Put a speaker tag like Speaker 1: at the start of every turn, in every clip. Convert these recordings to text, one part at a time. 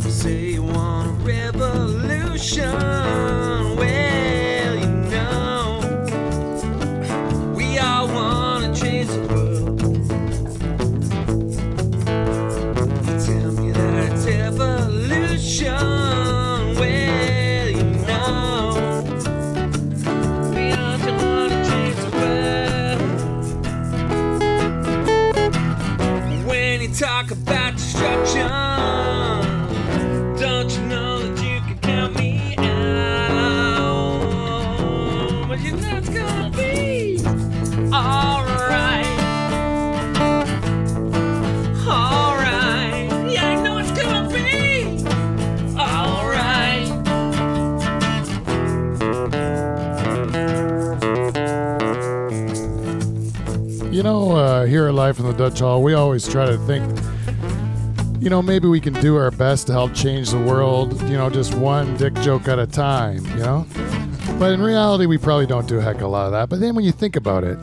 Speaker 1: Say you want a revolution. Well, you know, we all want to change the world. Tell me that it's evolution. Well, you know, we all want to change the world. When you talk about destruction, don't you know that you can count me out? But you know it's gonna be alright. Alright. Yeah, I know it's gonna be alright.
Speaker 2: You know, uh, here at Life in the Dutch Hall, we always try to think, you know, maybe we can do our best to help change the world, you know, just one dick joke at a time, you know? But in reality, we probably don't do a heck of a lot of that. But then when you think about it,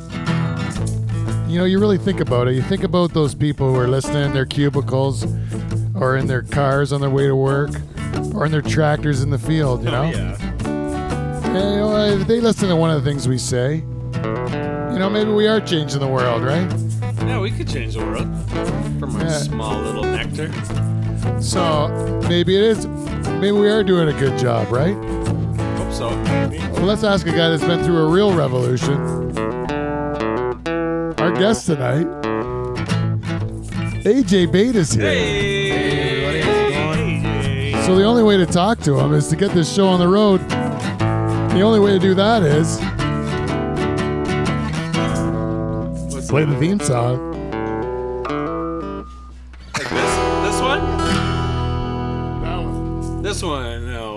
Speaker 2: you know, you really think about it. You think about those people who are listening in their cubicles or in their cars on their way to work or in their tractors in the field,
Speaker 1: Oh,
Speaker 2: you know?
Speaker 3: yeah.
Speaker 2: And, you know, if they listen to one of the things we say, you know, maybe we are changing the world, right?
Speaker 3: Yeah, we could change the world from our
Speaker 2: Yeah.
Speaker 3: small little nectar.
Speaker 2: So maybe it is. Maybe we are doing a good job, right?
Speaker 3: Hope so.
Speaker 2: Well, let's ask a guy that's been through a real revolution. Our guest tonight, AJ Bate is here.
Speaker 3: Hey, everybody, how's it
Speaker 2: So the only way to talk to him is to get this show on the road. The only way to do that is
Speaker 3: going? What's
Speaker 2: play the theme song.
Speaker 3: Like this? This one? This one? No.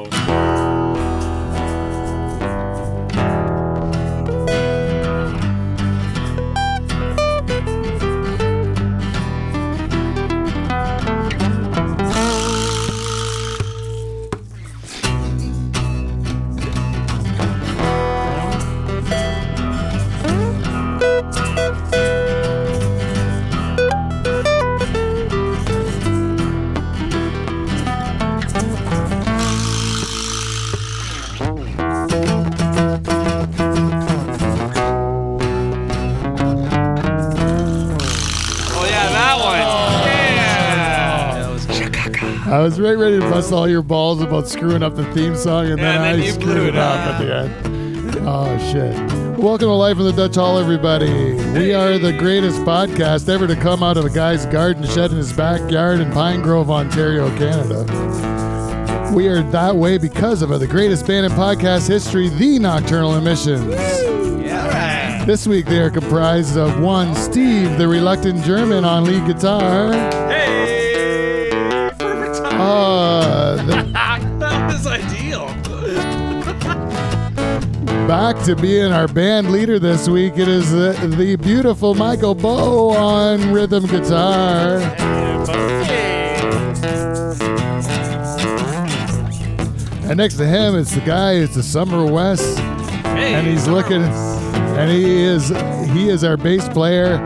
Speaker 3: Oh yeah, that one. Yeah.
Speaker 2: I was right ready to bust all your balls about screwing up the theme song, and then,
Speaker 3: And then
Speaker 2: I
Speaker 3: you blew
Speaker 2: screwed
Speaker 3: it
Speaker 2: up at the end. Oh shit! Welcome to Life in the Dutch Hall, everybody. We are the greatest podcast ever to come out of a guy's garden shed in his backyard in Pine Grove, Ontario, Canada. We are that way because of the greatest band in podcast history, the Nocturnal Emissions. This week they are comprised of one Steve, the reluctant German on lead guitar.
Speaker 3: Hey. Perfect time.
Speaker 2: Uh, the-
Speaker 3: That was ideal.
Speaker 2: back to being our band leader this week. It is the, the beautiful Michael Bow on rhythm guitar. And next to him, it's the guy. It's the Summer West,
Speaker 3: Hey.
Speaker 2: and he's looking, and he is he is our bass player.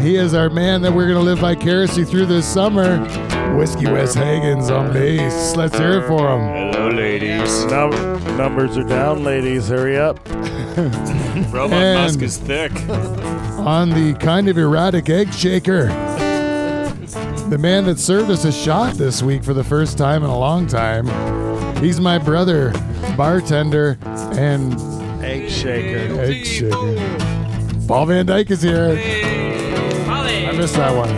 Speaker 2: He is our man that we're gonna live vicariously through this summer. Whiskey West Hagen's on bass. Let's hear it for him.
Speaker 4: Hello, ladies. Num- numbers are down, ladies. Hurry up.
Speaker 3: Robot
Speaker 2: And-
Speaker 3: Musk is thick.
Speaker 2: on the kind of erratic egg shaker. The man that served us a shot this week for the first time in a long time. He's my brother, bartender, and
Speaker 4: Egg shaker.
Speaker 2: egg shaker. Paul Van Dyke is here. I missed that one.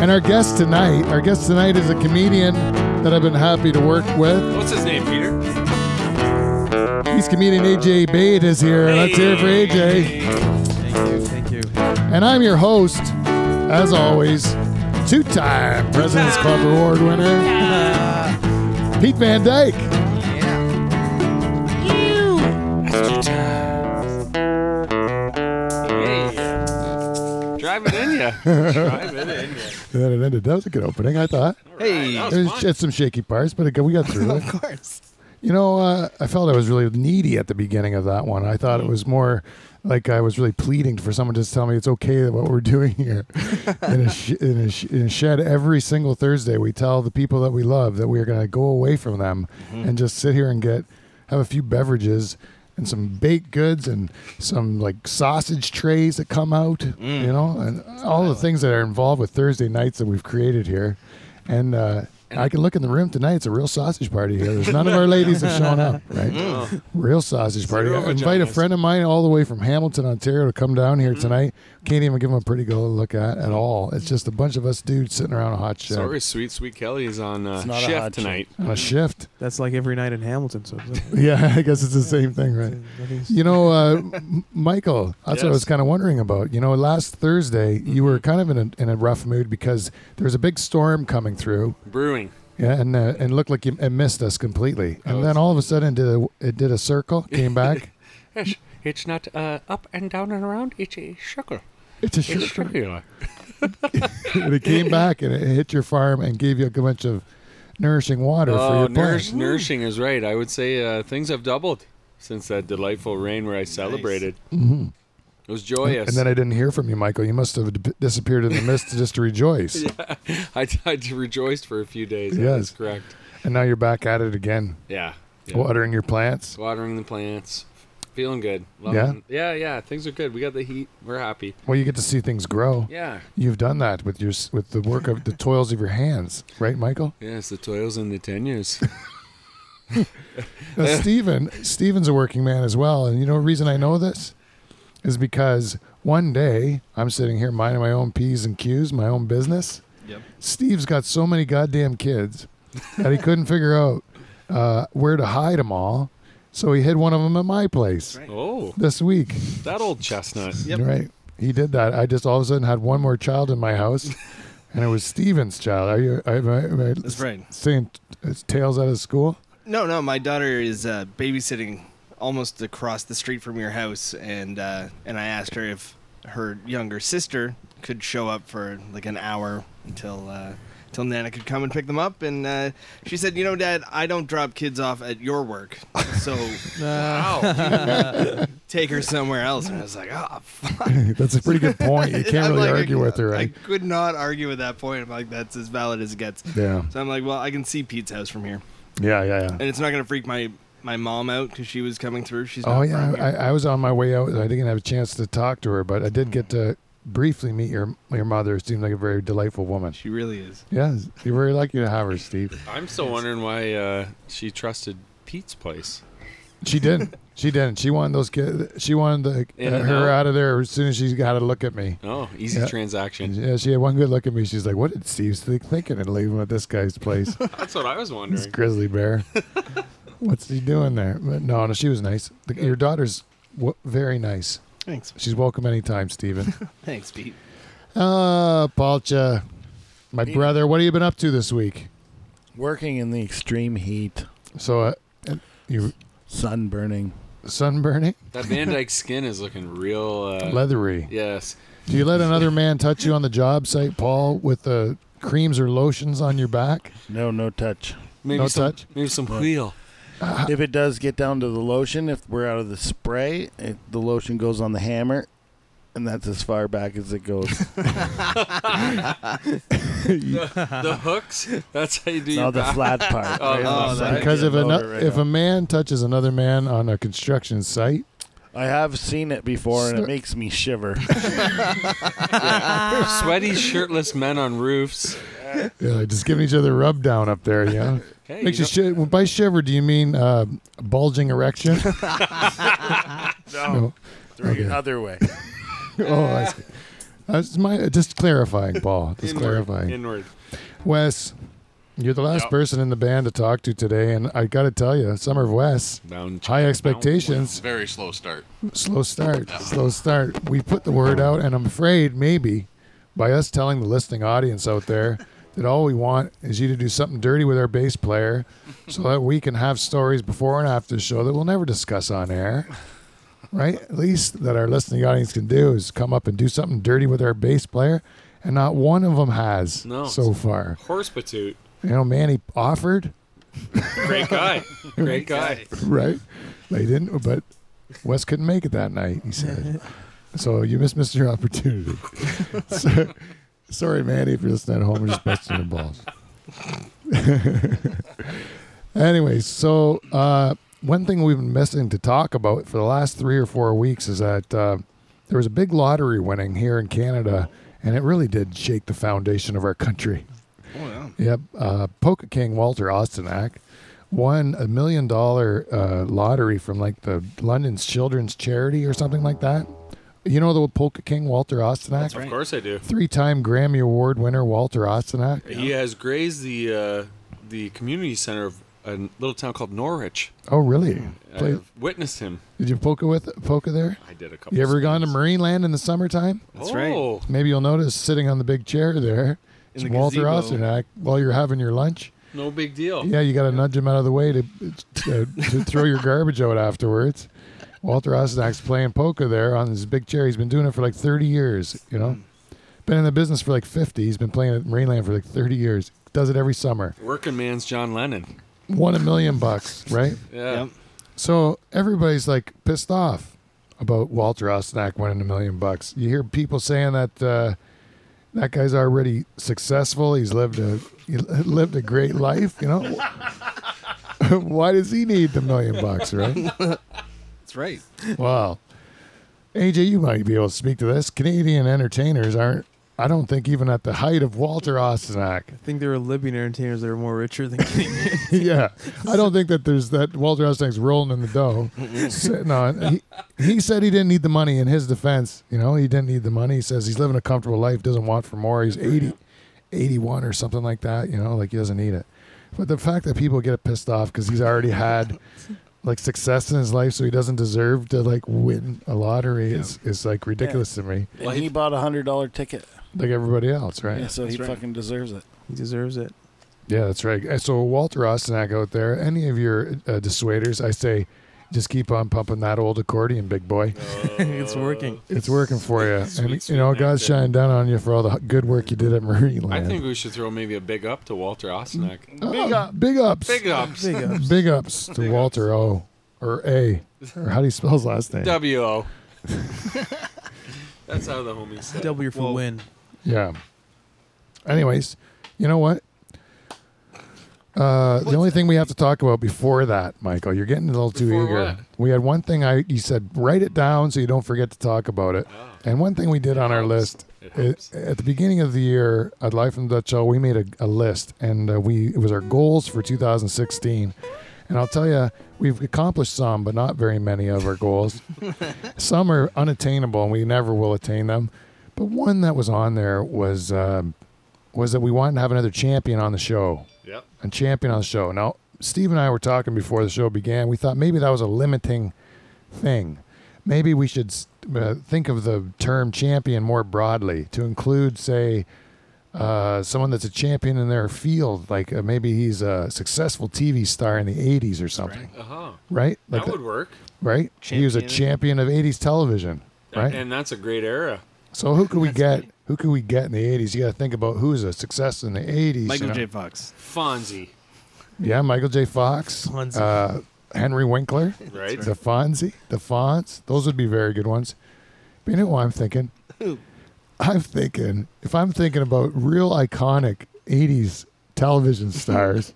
Speaker 2: And our guest tonight, our guest tonight is a comedian that I've been happy to work with.
Speaker 3: What's his name, Peter?
Speaker 2: He's comedian AJ Bade is here. Let's hear it for AJ.
Speaker 5: Thank you.
Speaker 2: And I'm your host, as always, two time President's Club Award winner, Pete Van Dyke.
Speaker 3: Drive it in ya. Drive it in ya.
Speaker 2: That it ended. That was a good opening, I thought.
Speaker 5: Hey,
Speaker 3: That
Speaker 2: It
Speaker 3: was
Speaker 2: was
Speaker 3: fun.
Speaker 2: just some shaky parts, but it, got- we got through it.
Speaker 5: of course.
Speaker 3: Mm-hmm.
Speaker 2: You know, uh, I felt I was really needy at the beginning of that one. I thought it was more like I was really pleading for someone to just tell me it's okay that what we're doing here in a sh- in a, sh- in a shed every single Thursday. We tell the people that we love that we are going to go away from them
Speaker 3: Mm-hmm.
Speaker 2: and just sit here and get have a few beverages and some baked goods and some like sausage trays that come out,
Speaker 3: Mm.
Speaker 2: you know, and all the things that are involved with Thursday nights that we've created here. And uh, I can look in the room tonight; it's a real sausage party here. There's none of our ladies have shown up, right? Real sausage party.
Speaker 3: Mm. Zero
Speaker 2: invite a
Speaker 3: vaginas. Mm.
Speaker 2: friend of mine all the way from Hamilton, Ontario, to come down here tonight. Can't even give him a pretty go to look at at all. It's just a bunch of us dudes sitting around a hot shed
Speaker 3: Sorry, sweet sweet Kelly is on uh,
Speaker 4: It's not a
Speaker 3: shift
Speaker 4: hot
Speaker 3: tonight.
Speaker 2: on a shift.
Speaker 5: That's like every night in Hamilton. So it's-
Speaker 2: Yeah, I guess it's the same thing, right?
Speaker 5: it's-
Speaker 2: You know, uh, M- Michael, that's what I
Speaker 3: Yes. Mm-hmm.
Speaker 2: was kind of wondering about. You know, last Thursday, you were kind of in a, in a rough mood because there was a big storm coming through.
Speaker 3: Brewing.
Speaker 2: Yeah, and uh, and looked like you, it missed us completely, and
Speaker 3: Oh,
Speaker 2: then all of a sudden, it did a, it did a circle, came back.
Speaker 3: Yes, it's not uh, up and down and around. It's a circle.
Speaker 2: it's a
Speaker 3: It's
Speaker 2: circle.
Speaker 3: circular.
Speaker 2: and it came back and it hit your farm and gave you a bunch of nourishing water for
Speaker 3: Oh,
Speaker 2: your
Speaker 3: nourish,
Speaker 2: plants.
Speaker 3: nourishing is right. I would say uh, things have doubled since that delightful rain where I celebrated. Mm-hmm. It was joyous.
Speaker 2: And then I didn't hear from you, Michael. You must have d- disappeared in the mist just to rejoice.
Speaker 3: I, I rejoiced for a few days. Yes.
Speaker 2: Yes.
Speaker 3: That's correct.
Speaker 2: And now you're back at it again,
Speaker 3: Yeah. yeah.
Speaker 2: watering your plants.
Speaker 3: Watering the plants. Feeling good.
Speaker 2: Yeah?
Speaker 3: Loving, yeah. Yeah, Things are good. We got the heat. We're happy.
Speaker 2: Well, you get to see things grow.
Speaker 3: Yeah.
Speaker 2: You've done that with your s- with the work of the toils of your hands, right, Michael?
Speaker 3: Yeah, it's the toils and the tenures.
Speaker 2: Now, Stephen, Stephen's a working man as well, and you know the reason I know this is because one day I'm sitting here minding my own p's and q's, my own business.
Speaker 5: Yep.
Speaker 2: Steve's got so many goddamn kids that he couldn't figure out uh, where to hide them all, so he hid one of them at my place
Speaker 3: oh,
Speaker 2: this week.
Speaker 3: that old chestnut.
Speaker 5: Yep.
Speaker 2: Right? He did that. I just all of a sudden had one more child in my house, and it was Steven's child. Are you? Am I, am I
Speaker 5: That's right.
Speaker 2: Saying it's tails out of school.
Speaker 5: No, no, my daughter is uh, babysitting almost across the street from your house, and uh, and I asked her if her younger sister could show up for like an hour until uh, until Nana could come and pick them up, and uh, she said, "You know, Dad, I don't drop kids off at your work, so
Speaker 3: Wow.
Speaker 5: take her somewhere else." And I was like, "Ah, fuck."
Speaker 2: That's a pretty good point. You can't
Speaker 5: I'm
Speaker 2: really
Speaker 5: like,
Speaker 2: argue
Speaker 5: I,
Speaker 2: with her,
Speaker 5: I
Speaker 2: right?
Speaker 5: could not argue with that point. I'm like, that's as valid as it gets.
Speaker 2: Yeah.
Speaker 5: So I'm like, well, I can see Pete's house from here,
Speaker 2: Yeah, yeah, yeah.
Speaker 5: and it's not gonna freak my my mom out because she was coming through. She's not
Speaker 2: Oh yeah,
Speaker 5: from here.
Speaker 2: I, I was on my way out. I didn't have a chance to talk to her, but I did get to briefly meet your your mother. It seemed like a very delightful woman.
Speaker 5: she really is.
Speaker 2: Yeah, you're very lucky to have her, Steve.
Speaker 3: I'm still wondering why uh, she trusted Pete's place.
Speaker 2: She didn't. She didn't. She wanted those kids. She wanted the,
Speaker 3: In and
Speaker 2: her
Speaker 3: out.
Speaker 2: out of there as soon as she got a look at me.
Speaker 3: Oh, easy
Speaker 2: Yeah.
Speaker 3: transaction.
Speaker 2: Yeah, uh, she had one good look at me. She's like, "What did Steve think thinking and leave him at this guy's place?
Speaker 3: That's what I was
Speaker 2: this
Speaker 3: wondering.
Speaker 2: grizzly bear. What's he doing there?" But no, no, she was nice. The, your daughter's w- very nice.
Speaker 5: Thanks,
Speaker 2: She's welcome anytime, Steven.
Speaker 5: thanks, Pete.
Speaker 2: Ah, Palcha, my brother, what have you been up to this week?
Speaker 4: Working in the extreme heat,
Speaker 2: So, uh, and you
Speaker 4: sunburning.
Speaker 2: sunburning,
Speaker 3: That Van Dyke skin is looking real. Uh,
Speaker 2: leathery.
Speaker 3: Yes.
Speaker 2: Do you let another man touch you on the job site, Paul, with the creams or lotions on your back?
Speaker 4: No, no touch.
Speaker 3: Maybe
Speaker 2: No
Speaker 3: some,
Speaker 2: touch?
Speaker 3: Maybe some wheel.
Speaker 4: If it does get down to the lotion, if we're out of the spray, it, the lotion goes on the hammer, and that's as far back as it goes.
Speaker 3: the hooks. That's how you do
Speaker 4: Not
Speaker 3: your
Speaker 4: the
Speaker 3: back.
Speaker 4: flat part.
Speaker 3: Oh,
Speaker 4: right on
Speaker 5: oh,
Speaker 4: the side.
Speaker 5: that-
Speaker 2: Because if,
Speaker 4: Yeah,
Speaker 2: ano-
Speaker 4: load it right
Speaker 2: if a
Speaker 4: up.
Speaker 2: man touches another man on a construction site,
Speaker 4: I have seen it before, and
Speaker 2: Sir-
Speaker 4: it makes me shiver.
Speaker 3: Sweaty, shirtless men on roofs.
Speaker 2: yeah, like just giving each other rub down up there, you know?
Speaker 3: Hey,
Speaker 2: Makes
Speaker 3: you
Speaker 2: you shi- well, by shiver, do you mean uh, bulging erection?
Speaker 4: No, through
Speaker 2: Okay.
Speaker 4: the other way.
Speaker 2: oh, I see. That's my, just clarifying, Paul.
Speaker 3: know,
Speaker 2: Just clarifying.
Speaker 3: Inward.
Speaker 2: Wes, you're the last
Speaker 4: Yeah.
Speaker 2: person in the band to talk to today, and I got to tell you, Summer of Wes,
Speaker 3: Bound.
Speaker 2: high expectations,
Speaker 6: Very slow start.
Speaker 2: slow start, slow start. We put the word out, and I'm afraid maybe by us telling the listening audience out there that all we want is you to do something dirty with our bass player so that we can have stories before and after the show that we'll never discuss on air. Right? At least that our listening audience can do is come up and do something dirty with our bass player, and not one of them has
Speaker 3: No.
Speaker 2: so far.
Speaker 3: Horse patoot.
Speaker 2: You know, Manny offered,
Speaker 3: Great guy. Great guy.
Speaker 2: right? They didn't, but Wes couldn't make it that night, he said. so you missed, missed your opportunity. so, sorry, Manny, if you're listening at home, we're just busting your balls. Anyways, so uh, one thing we've been missing to talk about for the last three or four weeks is that uh, there was a big lottery winning here in Canada, and it really did shake the foundation of our country.
Speaker 5: Oh yeah.
Speaker 2: Yep. Uh, Poker King Walter Ostenak won a million dollar uh, lottery from like the London's Children's Charity or something like that. You know the Polka King Walter Ostenak?
Speaker 5: That's right.
Speaker 3: Of course I do.
Speaker 2: Three time Grammy Award winner Walter Ostenak.
Speaker 3: He has grazed the uh, the community center of a little town called Norwich.
Speaker 2: Oh, really? Play,
Speaker 3: I've witnessed him.
Speaker 2: did you poker with poker there?
Speaker 3: I did a couple.
Speaker 2: You ever
Speaker 3: spins.
Speaker 2: gone to Marineland in the summertime?
Speaker 5: That's
Speaker 3: oh,
Speaker 5: right.
Speaker 2: Maybe you'll notice sitting on the big chair there,
Speaker 5: In
Speaker 2: it's
Speaker 5: the
Speaker 2: Walter
Speaker 5: gazebo.
Speaker 2: Ostenak while you're having your lunch.
Speaker 3: No big deal.
Speaker 2: Yeah, you got to nudge him out of the way to to, to throw your garbage out afterwards. Walter Osnak's playing poker there on his big chair. He's been doing it for like 30 years, you know. Been in the business for like 50. He's been playing at Marineland for like 30 years. Does it every summer.
Speaker 3: Working man's John Lennon.
Speaker 2: Won a million bucks, right?
Speaker 3: Yeah.
Speaker 5: Yep.
Speaker 2: So everybody's like pissed off about Walter Osnak winning a million bucks. You hear people saying that uh, that guy's already successful. He's lived a he lived a great life. You know, why does he need the million bucks, right?
Speaker 5: That's right.
Speaker 2: Wow, AJ, you might be able to speak to this. Canadian entertainers aren't. I don't think even at the height of Walter Osnak.
Speaker 6: I think there were Libyan entertainers that are more richer than Canadian.
Speaker 2: yeah, I don't think that there's that Walter Ostak's rolling in the dough, sitting on. He, he said he didn't need the money. In his defense, you know, he didn't need the money. He says he's living a comfortable life, doesn't want for more. He's 80, 81 or something like that. You know, like he doesn't need it. But the fact that people get pissed off because he's already had like success in his life, so he doesn't deserve to like win a lottery is is like ridiculous to me.
Speaker 4: And he bought a hundred dollar ticket,
Speaker 2: Like everybody else, right?
Speaker 4: yeah, so he
Speaker 5: That's right.
Speaker 4: fucking deserves it.
Speaker 6: he deserves it.
Speaker 2: Yeah, that's right. Uh, So Walter Ostenak out there, any of your uh, dissuaders, I say, just keep on pumping that old accordion, big boy.
Speaker 6: it's working.
Speaker 2: It's working for you, and
Speaker 3: sweet
Speaker 2: you know God's
Speaker 3: actor.
Speaker 2: shining down on you for all the h- good work you did at Marine
Speaker 3: I
Speaker 2: Land.
Speaker 3: think we should throw maybe a big up to Walter Ostenek.
Speaker 2: Oh, big, ups,
Speaker 3: Big ups.
Speaker 6: Big ups.
Speaker 2: Big ups to Walter O, or A, or how do you spell his last name?
Speaker 3: W O. That's how the homies say. it.
Speaker 6: W for
Speaker 5: Well-
Speaker 6: win.
Speaker 2: Yeah. Anyways, you know what? Uh, the only thing we have to talk about before that, Michael, you're getting a little too
Speaker 3: Before
Speaker 2: eager.
Speaker 3: what?
Speaker 2: We had one thing I you said write it down so you don't forget to talk about it.
Speaker 3: Oh.
Speaker 2: And one thing we did on our list
Speaker 3: It
Speaker 2: i-
Speaker 3: helps.
Speaker 2: at the beginning of the year at Life in the Dutch Hall, we made a, a list and uh, we it was our goals for 2016. And I'll tell you, we've accomplished some, but not very many of our goals. some are unattainable, and we never will attain them. But one that was on there was um, was that we wanted to have another champion on the show,
Speaker 3: Yep.
Speaker 2: a champion on the show. Now, Steve and I were talking before the show began. We thought maybe that was a limiting thing. Maybe we should uh, think of the term champion more broadly to include, say, uh, someone that's a champion in their field. Like uh, maybe he's a successful TV star in the '80s or something,
Speaker 3: Uh huh.
Speaker 2: right? Like
Speaker 3: That
Speaker 2: the-
Speaker 3: would work.
Speaker 2: right? He was a champion
Speaker 5: Champion.
Speaker 2: of '80s television, right?
Speaker 3: And that's a great era.
Speaker 2: so who could we get? Who could we get in the '80s? You got to think about who's a success in the '80s.
Speaker 5: Michael
Speaker 2: you know?
Speaker 5: J. Fox.
Speaker 3: Fonzie,
Speaker 2: Yeah, Michael J. Fox,
Speaker 6: Fonzie.
Speaker 2: uh, Henry Winkler,
Speaker 3: right?
Speaker 2: the Fonzie, the Fonz. Those would be very good ones. But you know what I'm thinking? I'm thinking if I'm thinking about real iconic '80s television stars,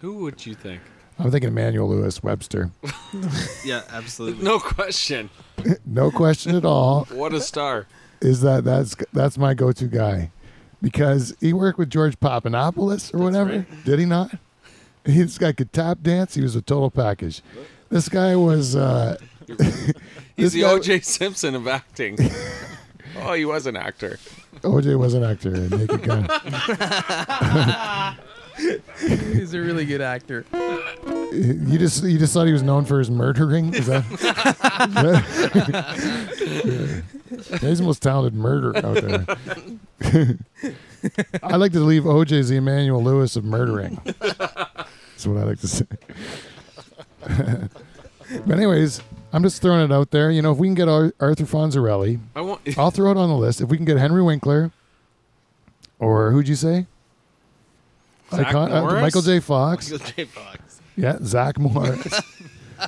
Speaker 3: Who would you think?
Speaker 2: I'm thinking Emmanuel Lewis Webster.
Speaker 5: Yeah, absolutely.
Speaker 3: No question.
Speaker 2: No question at all.
Speaker 3: What a star.
Speaker 2: is that that's that's my go-to guy because he worked with George Papanopoulos or whatever. Did he not? He, this guy could tap dance. He was a total package. This guy was. Uh,
Speaker 3: He's
Speaker 2: This
Speaker 3: the
Speaker 2: guy-
Speaker 3: O.J. Simpson of acting. oh, he was an actor.
Speaker 2: OJ was an actor in Naked Gun.
Speaker 6: He's a really good actor.
Speaker 2: you just you just thought he was known for his murdering. Is that? Yeah, he's the most talented murderer out there. I like to leave OJ as the Emmanuel Lewis of murdering. That's what I like to say. but anyways, I'm just throwing it out there. You know, if we can get Ar- Arthur Fonzarelli,
Speaker 3: I want.
Speaker 2: I'll throw it on the list. If we can get Henry Winkler, or who'd you say?
Speaker 3: Zach Morris?
Speaker 2: Michael J. Fox.
Speaker 5: Michael J. Fox.
Speaker 2: Yeah, Zach Morris.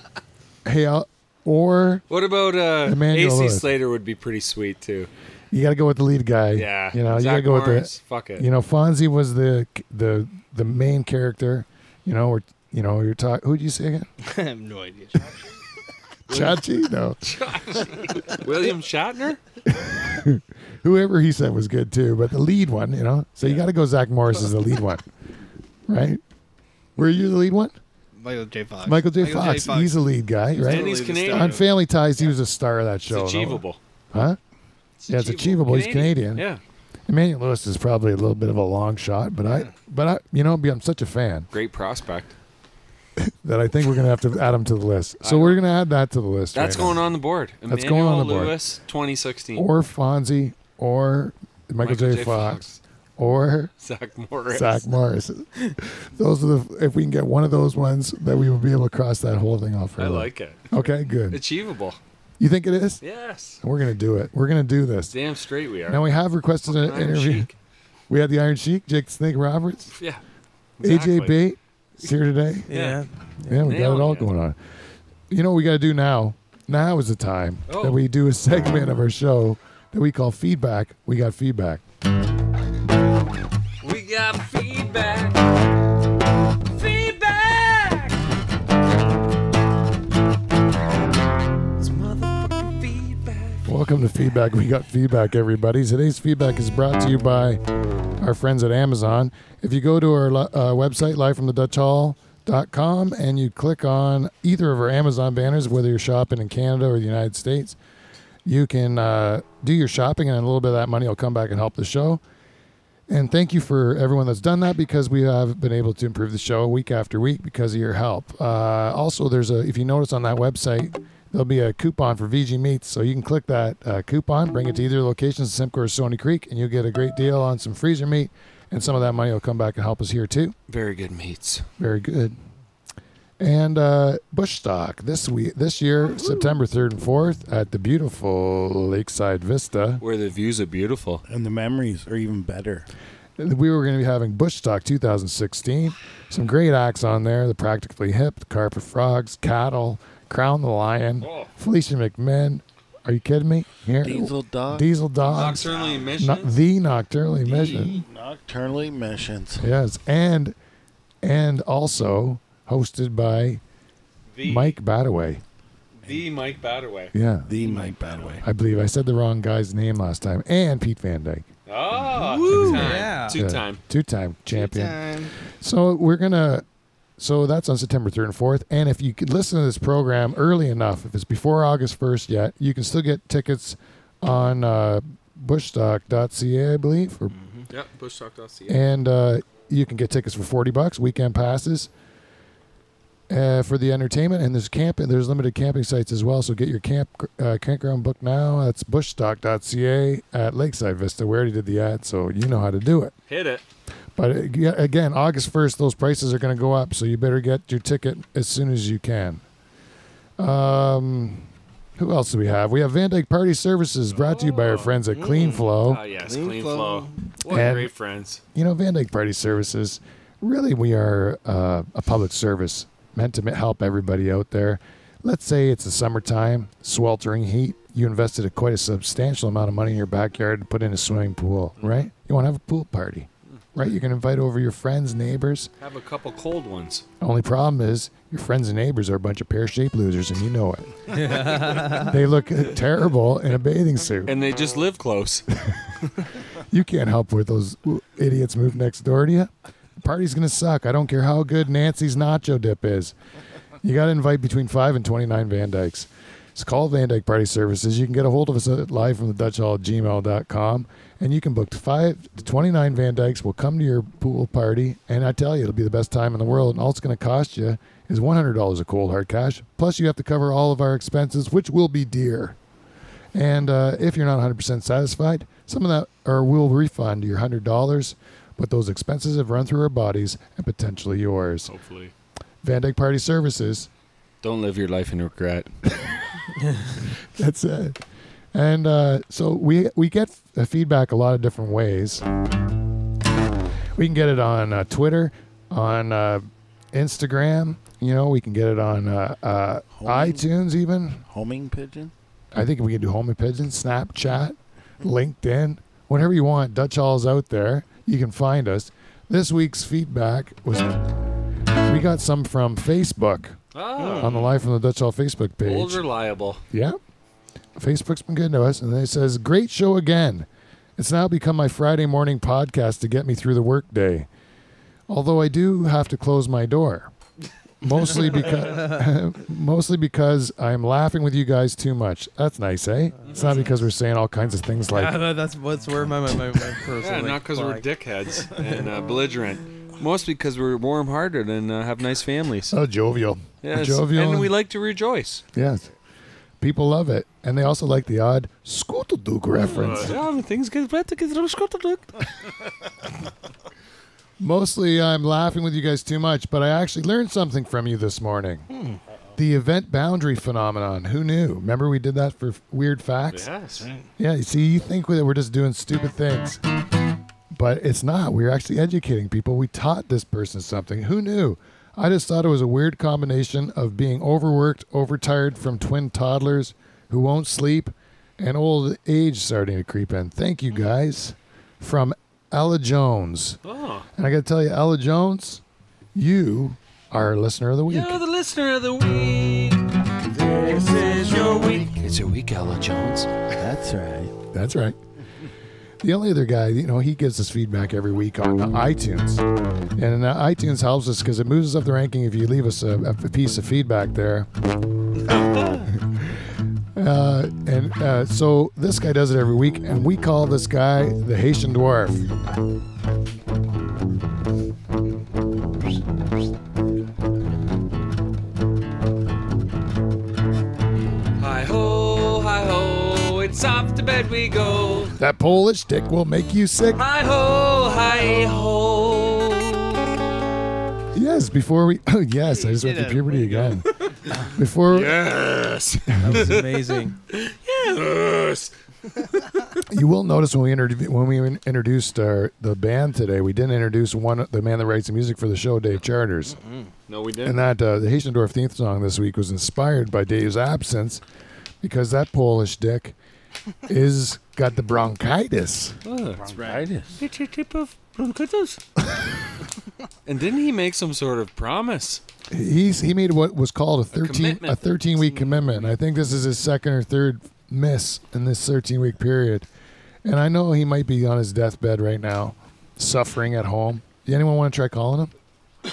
Speaker 2: hey, I'll, or
Speaker 3: What about uh,
Speaker 2: Emmanuel
Speaker 3: AC
Speaker 2: Lewis.
Speaker 3: Slater would be pretty sweet too.
Speaker 2: you got to go with the lead guy.
Speaker 3: Yeah,
Speaker 2: you know, you got to
Speaker 3: Zach
Speaker 2: go with
Speaker 3: Morris,
Speaker 2: the.
Speaker 3: Fuck it.
Speaker 2: You know, Fonzie was the the the main character. You know, or you know, you're talking. Who'd you say again?
Speaker 5: I have no idea.
Speaker 2: Chachi? No,
Speaker 3: William Shatner.
Speaker 2: whoever he said was good too, but the lead one. You know, so you got to go. Zach Morris is the lead one, right? Were you the lead one?
Speaker 5: Michael J. Fox.
Speaker 2: Michael J. Fox. He's the lead guy,
Speaker 3: And
Speaker 2: right?
Speaker 3: he's Canadian.
Speaker 2: On Family Ties, he was a star of that
Speaker 3: It's
Speaker 2: show.
Speaker 3: achievable.
Speaker 2: Huh? Yeah, it's achievable. He's Canadian.
Speaker 3: Yeah,
Speaker 2: Emmanuel Lewis is probably a little bit of a long shot, but I, but I, you know, I'm such a fan
Speaker 3: great prospect.
Speaker 2: that I think we're gonna have to add him to the list. So
Speaker 3: I-
Speaker 2: we're gonna add that to the list.
Speaker 3: That's
Speaker 2: right
Speaker 3: going
Speaker 2: now.
Speaker 3: on the board. Emmanuel
Speaker 2: That's going on the board.
Speaker 3: Lewis, 2016.
Speaker 2: Or Fonzie, or Michael, J. Fox, or
Speaker 3: Zach Morris.
Speaker 2: Zach Morris. Those are the. If we can get one of those ones, that we will be able to cross that whole thing off.
Speaker 3: I
Speaker 2: our list.
Speaker 3: like it.
Speaker 2: Okay, good.
Speaker 3: Achievable.
Speaker 2: You think it is?
Speaker 3: Yes.
Speaker 2: We're gonna do it. We're gonna do this.
Speaker 3: Damn straight we are.
Speaker 2: Now we have requested an
Speaker 3: Iron
Speaker 2: interview.
Speaker 3: Sheik.
Speaker 2: We had the Iron Sheik, Jake Snake Roberts,
Speaker 3: Yeah.
Speaker 2: AJ Bate. Is here today.
Speaker 6: Yeah.
Speaker 2: Yeah, we got
Speaker 3: Nailed
Speaker 2: it all
Speaker 3: it.
Speaker 2: going on. You know what we got to do now? Now is the time
Speaker 3: Oh.
Speaker 2: that we do a segment of our show that we call feedback. We got feedback.
Speaker 1: We got feedback. Feedback. It's motherfucking feedback.
Speaker 2: Welcome to feedback. We got feedback, everybody. Today's feedback is brought to you by our friends at Amazon. If you go to our li- uh, website, livefromthedutchhall.com, and you click on either of our Amazon banners, whether you're shopping in Canada or the United States, you can uh, do your shopping, and a little bit of that money will come back and help the show. And thank you for everyone that's done that because we have been able to improve the show week after week because of your help. Uh, also, there's a if you notice on that website, there'll be a coupon for VG Meats, so you can click that uh, coupon, bring it to either location, Simcoe or Stony Creek, and you'll get a great deal on some freezer meat. And some of that money will come back and help us here too.
Speaker 3: Very good meats.
Speaker 2: Very good. And uh, bush stock this week, this year, September third and fourth at the beautiful Lakeside Vista.
Speaker 3: Where the views are beautiful.
Speaker 4: And the memories are even better.
Speaker 2: we were going to be having Bush Stock 2016. Some great acts on there: the Practically Hip, the Carpet Frogs, Cattle, Crown the Lion,
Speaker 3: Oh.
Speaker 2: Felicia McMinn. Are you kidding me? Here,
Speaker 4: Diesel Dog.
Speaker 2: Diesel Dogs,
Speaker 3: Nocturnal
Speaker 2: no,
Speaker 3: emissions.
Speaker 2: the Nocturnal Emission.
Speaker 4: Nocturnal Emissions.
Speaker 2: Yes, and and also hosted by
Speaker 3: The,
Speaker 2: Mike Badaway.
Speaker 3: The E Mike Batterway.
Speaker 2: Yeah,
Speaker 4: The Mike Badway.
Speaker 2: I believe I said the wrong guy's name last time. And Pete Van Dyke,
Speaker 3: Oh, two time.
Speaker 6: yeah.
Speaker 3: Two time.
Speaker 2: two-time champion.
Speaker 5: Time.
Speaker 2: So we're gonna. So that's on September third and fourth. And if you could listen to this program early enough, if it's before August first yet, you can still get tickets on uh, bushstock.ca, I believe, or,
Speaker 3: Yep. Bushtalk.ca.
Speaker 2: and uh, you can get tickets for forty bucks. Weekend passes. Uh, for the entertainment and there's camping there's limited camping sites as well so get your camp uh, campground book now that's bushstock.ca at lakeside vista we already did the ad so you know how to do it
Speaker 3: Hit it.
Speaker 2: but ag- again, August 1st, those prices are going to go up, so you better get your ticket as soon as you can. Um, who else do we have? We have Van Dyke Party Services brought to you by our friends at Clean Flow.
Speaker 3: Ah, yes.
Speaker 5: Clean
Speaker 3: Clean, flow.
Speaker 5: flow.
Speaker 3: What
Speaker 2: And-
Speaker 3: great friends.
Speaker 2: You know, Van Dyke Party Services, really, we are uh, a public service meant to ma- help everybody out there. Let's say it's the summertime, sweltering heat. You invested a, quite a substantial amount of money in your backyard to put in a swimming pool, right? You want to have a pool party, right? You can invite over your friends, neighbors.
Speaker 3: Have a couple cold ones.
Speaker 2: Only problem is your friends and neighbors are a bunch of pear-shaped losers, and you know it. they look terrible in a bathing suit.
Speaker 3: And they just live close.
Speaker 2: You can't help where those idiots move next door to you. The party's gonna suck. I don't care how good Nancy's nacho dip is. You got to invite between five and twenty-nine Van Dykes. Just call Van Dyke Party Services. You can get a hold of us at live from the Dutch Hall at gmail.com and you can book five to 29 Van Dykes. will come to your pool party. And I tell you, it'll be the best time in the world. And all it's going to cost you is $100 of cold hard cash. Plus, you have to cover all of our expenses, which will be dear. And uh, if you're not 100% satisfied, some of that or we'll refund your $100, but those expenses have run through our bodies and potentially yours.
Speaker 3: Hopefully.
Speaker 2: Van Dyke Party Services.
Speaker 3: Don't live your life in regret.
Speaker 2: That's it. And uh, so we we get f- feedback a lot of different ways. We can get it on uh, Twitter, on uh, Instagram. You know, we can get it on uh, uh,
Speaker 4: Homing.
Speaker 2: iTunes. Even
Speaker 4: Homing pigeon?
Speaker 2: I think we can do Homie Pigeon, Snapchat, LinkedIn, whatever you want. Dutch Hall's out there. You can find us. This week's feedback was we got some from Facebook
Speaker 3: Ah,
Speaker 2: on the Live from the Dutch Hall Facebook page.
Speaker 3: old reliable.
Speaker 2: Yeah. Facebook's been good to us. And then it says, Great show again. It's now become my Friday morning podcast to get me through the workday. Although I do have to close my door. Mostly because mostly because I'm laughing with you guys too much. That's nice, eh? It's not because we're saying all kinds of things like
Speaker 6: Yeah, that's what's where my my my, my personal.
Speaker 3: Yeah, not because we're
Speaker 6: like,
Speaker 3: dickheads and uh, belligerent. Mostly because we're warm-hearted and uh, have nice families.
Speaker 2: so "Oh, jovial.
Speaker 3: Yes,
Speaker 2: Jovial.
Speaker 3: and we like to rejoice.
Speaker 2: yes. People love it. And they also like the odd Scootledook reference.
Speaker 3: Yeah, things get better. Get
Speaker 2: Mostly, I'm laughing with you guys too much, but I actually learned something from you this morning. The event boundary phenomenon. Who knew? Remember, we did that for f- weird facts?
Speaker 3: Yes.
Speaker 2: Yeah, you see, you think that we're just doing stupid things, but it's not. We're actually educating people. We taught this person something. Who knew? I just thought it was a weird combination of being overworked, overtired from twin toddlers who won't sleep, and old age starting to creep in. Thank you guys. From Ella Jones.
Speaker 3: Oh.
Speaker 2: And I got to tell you, Ella Jones, you are a listener of the week.
Speaker 1: You're the listener of the week. This is your week. It's your week, Ella Jones.
Speaker 4: That's right.
Speaker 2: That's right. The only other guy, you know, he gives us feedback every week on the iTunes. And uh, iTunes helps us because it moves us up the ranking if you leave us a, a piece of feedback there. uh, and uh, so this guy does it every week, and we call this guy the Haitian Dwarf.
Speaker 1: Hi ho, hi ho, it's off to bed we go.
Speaker 2: That Polish dick will make you sick.
Speaker 1: Hi ho, hi ho.
Speaker 2: Yes, before we. Oh, yes, I just went through puberty again. Before.
Speaker 3: Yes.
Speaker 6: That was amazing.
Speaker 3: Yes.
Speaker 2: You will notice when we interview, when we in- introduced our, the band today, we didn't introduce one the man that writes the music for the show, Dave Charters,
Speaker 3: No, we didn't.
Speaker 2: and that uh, the Haitian theme song this week was inspired by Dave's absence because that Polish dick is got the bronchitis.
Speaker 3: Ah.
Speaker 4: Bronchitis.
Speaker 1: It's your tip of bronchitis.
Speaker 3: And didn't he make some sort of promise?
Speaker 2: He's he made what was called a thirteen a,
Speaker 3: commitment.
Speaker 2: thirteen week commitment. I think this is his second or third miss in this thirteen week period, and I know he might be on his deathbed right now, suffering at home. Does anyone want to try calling him?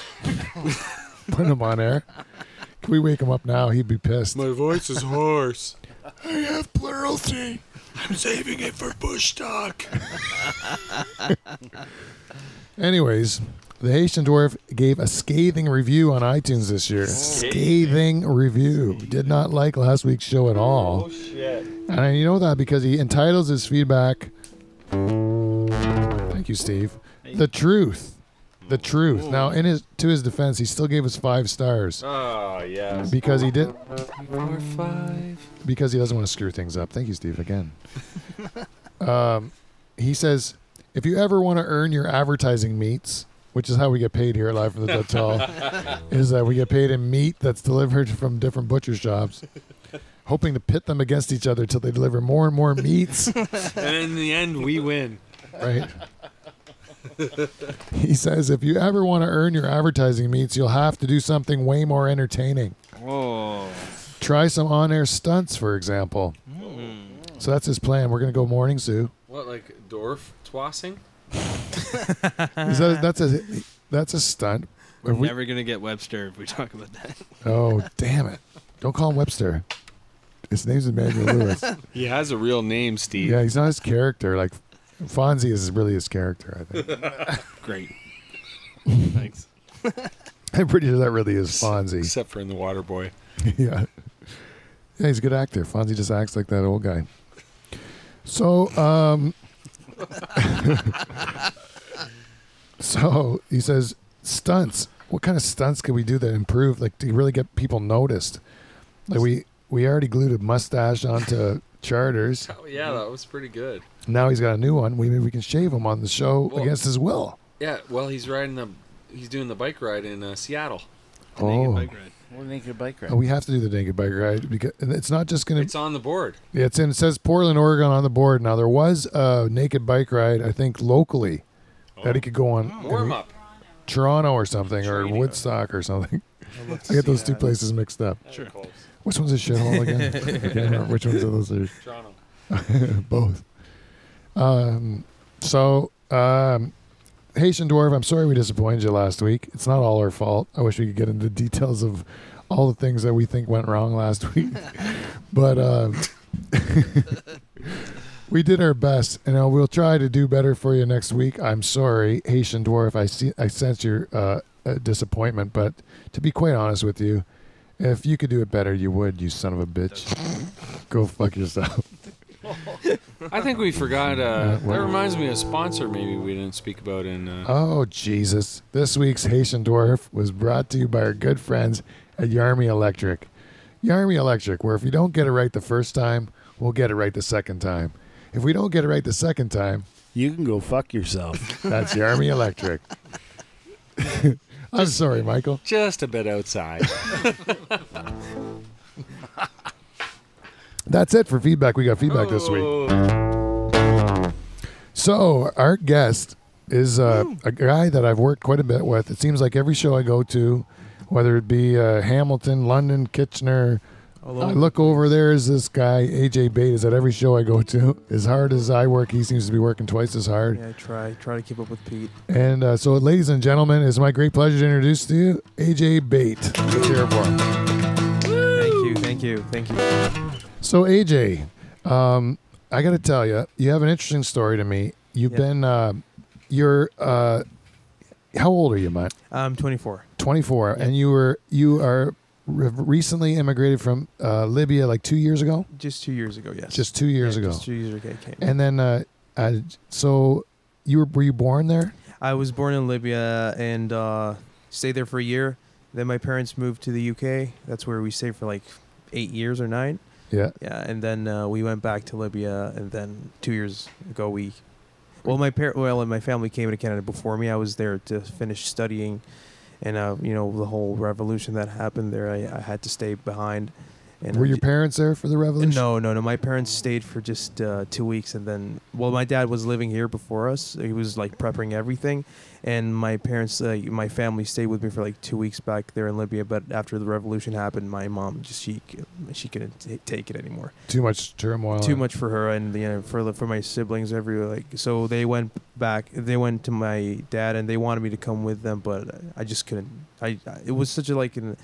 Speaker 2: Put him on air. Can we wake him up now? He'd be pissed.
Speaker 3: voice is hoarse.
Speaker 2: I have plurality. I'm saving it for bush talk. Anyways, the Haitian dwarf gave a scathing review on iTunes this year. Scathing review. Did not like last week's show at all. Oh shit. And I know that because he entitles his feedback. Thank you, Steve. The truth. The truth. Now, in his to his defense, he still gave us five stars
Speaker 3: Oh, yes.
Speaker 2: because he did
Speaker 3: Four, five.
Speaker 2: because he doesn't want to screw things up. Thank you, Steve, again. um, he says, if you ever want to earn your advertising meats, which is how we get paid here at Live from the Dutch Hall, is that we get paid in meat that's delivered from different butcher shops, hoping to pit them against each other till they deliver more and more meats.
Speaker 3: And in the end, we win.
Speaker 2: right? he says, if you ever want to earn your advertising meats, you'll have to do something way more entertaining.
Speaker 5: Whoa.
Speaker 2: Try some on-air stunts, for example. So that's his plan. We're gonna go morning zoo.
Speaker 3: What, like dwarf twassing?
Speaker 2: Is that that's a that's a stunt?
Speaker 5: We're
Speaker 2: Are we-
Speaker 5: never gonna get Webster if we talk about that.
Speaker 2: oh damn it! Don't call him Webster. His name's Emmanuel Lewis.
Speaker 3: He has a real name, Steve.
Speaker 2: Yeah, he's not his character. Like Fonzie is really his character. I think.
Speaker 5: Great. Thanks.
Speaker 2: I'm pretty sure that really is Fonzie.
Speaker 3: Except for in The Water Boy.
Speaker 2: yeah. Yeah, he's a good actor. Fonzie just acts like that old guy. So, um, so he says stunts. What kind of stunts could we do that improve, like to really get people noticed? Like we we already glued a mustache onto charters.
Speaker 3: Oh, yeah, that was pretty good.
Speaker 2: Now he's got a new one. We maybe we can shave him on the show
Speaker 3: Well-
Speaker 2: against his will.
Speaker 3: Yeah, well, he's riding a he's doing the bike ride in uh, Seattle.
Speaker 2: Oh.
Speaker 4: We'll make a bike ride.
Speaker 2: Oh, we have to do the naked bike ride because and it's not just going
Speaker 3: It's
Speaker 2: to.
Speaker 3: on the board.
Speaker 2: It's in. It says Portland, Oregon on the board. Now there was a naked bike ride, I think locally, that he could go on. in
Speaker 3: Warm up.
Speaker 2: Toronto or something, or
Speaker 3: Trading.
Speaker 2: Woodstock or something. I get those two places mixed up.
Speaker 3: Sure.
Speaker 2: Which one's a shithole again? I can't remember which ones of those are
Speaker 3: Toronto.
Speaker 2: both. Um, so, um, Haitian Dwarf, I'm sorry we disappointed you last week. It's not all our fault. I wish we could get into details of all the things that we think went wrong last week. but um, we did our best, and uh, we'll try to do better for you next week. I'm sorry, Haitian Dwarf. I, see, I sense your uh, uh, disappointment, but to be quite honest with you, if you could do it better, you would, you son of a bitch. Go fuck yourself.
Speaker 3: I think we forgot. Uh,
Speaker 2: what-
Speaker 3: that reminds me of a sponsor maybe we didn't speak about in. Uh,
Speaker 2: Oh, Jesus. This week's Haitian Dwarf was brought to you by our good friends at Yarmy Electric. Yarmy Electric, where if you don't get it right the first time, we'll get it right the second time. If we don't get it right the second time,
Speaker 4: You can go fuck yourself.
Speaker 2: that's Yarmy Electric. I'm sorry, Michael.
Speaker 3: just a bit outside.
Speaker 2: That's it for feedback. We got feedback this week. So our guest is uh, a guy that I've worked quite a bit with. It seems like every show I go to, whether it be uh, Hamilton, London, Kitchener,
Speaker 6: Although-
Speaker 2: I look over there is this guy AJ Bate is at every show I go to. As hard as I work, he seems to be working twice as hard.
Speaker 6: Yeah, try try to keep up with Pete.
Speaker 2: And uh, so, ladies and gentlemen, it's my great pleasure to introduce to you AJ Bate. Let's hear it for him.
Speaker 6: Thank you, thank you, thank you.
Speaker 2: So AJ, um, I got to tell you, you have an interesting story to me. You've
Speaker 6: Yeah.
Speaker 2: been, uh, you're, uh, how old are you, Matt?
Speaker 6: I'm 24.
Speaker 2: 24,
Speaker 6: Yeah.
Speaker 2: and you were, you are re- recently immigrated from uh, Libya like two years ago,
Speaker 6: Just two years ago, yes.
Speaker 2: just two years
Speaker 6: Yeah,
Speaker 2: ago,
Speaker 6: Just two years ago, I came.
Speaker 2: and then, uh, uh, so you were, were you born there?
Speaker 6: I was born in Libya and uh, stayed there for a year. Then my parents moved to the UK. That's where we stayed for like eight years or nine.
Speaker 2: Yeah.
Speaker 6: Yeah, and then uh, we went back to Libya, and then two years ago we, well, my par- well, and my family came to Canada before me. I was there to finish studying, and uh, you know the whole revolution that happened there. I, I had to stay behind. And
Speaker 2: were
Speaker 6: I
Speaker 2: your
Speaker 6: ju-
Speaker 2: parents there for the revolution?
Speaker 6: no, no, no. My parents stayed for just uh, two weeks, and then well, my dad was living here before us. He was like prepping everything, and my parents, uh, my family stayed with me for like two weeks back there in Libya. But after the revolution happened, my mom just she she couldn't t- take it anymore.
Speaker 2: Too much turmoil.
Speaker 6: Too much for her, and you know, for for my siblings, every like so they went back. They went to my dad, and they wanted me to come with them, but I just couldn't. I, I it was such a like an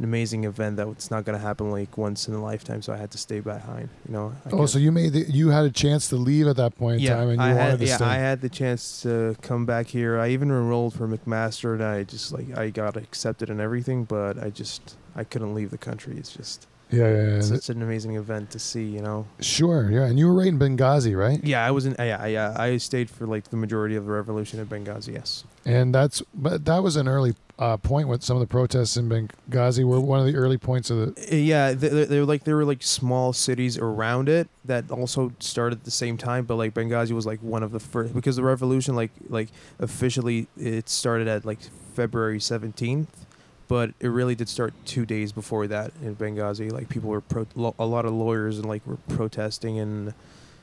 Speaker 6: an amazing event that it's not going to happen like once in a lifetime. So I had to stay behind. You know. I
Speaker 2: Oh,
Speaker 6: guess.
Speaker 2: so you made the, you had a chance to leave at that point in
Speaker 6: yeah,
Speaker 2: time, and you
Speaker 6: I
Speaker 2: wanted
Speaker 6: had,
Speaker 2: to
Speaker 6: yeah,
Speaker 2: stay.
Speaker 6: I had the chance to come back here. I even enrolled for McMaster, and I just like I got accepted and everything, but I just I couldn't leave the country. It's just
Speaker 2: yeah, yeah, yeah.
Speaker 6: such an amazing event to see. You know.
Speaker 2: Sure, yeah, and you were right in Benghazi, right?
Speaker 6: Yeah, I was in. Yeah, I, uh, I stayed for like the majority of the revolution in Benghazi. Yes.
Speaker 2: And that's but that was an early uh, point with some of the protests in Benghazi were one of the early points of the
Speaker 6: Uh, Yeah, they, they, they were like there were like small cities around it that also started at the same time, but like Benghazi was like one of the first because the revolution like like officially it started at like February seventeenth, but it really did start two days before that in Benghazi. Like people were pro- lo- a lot of lawyers and like were protesting, and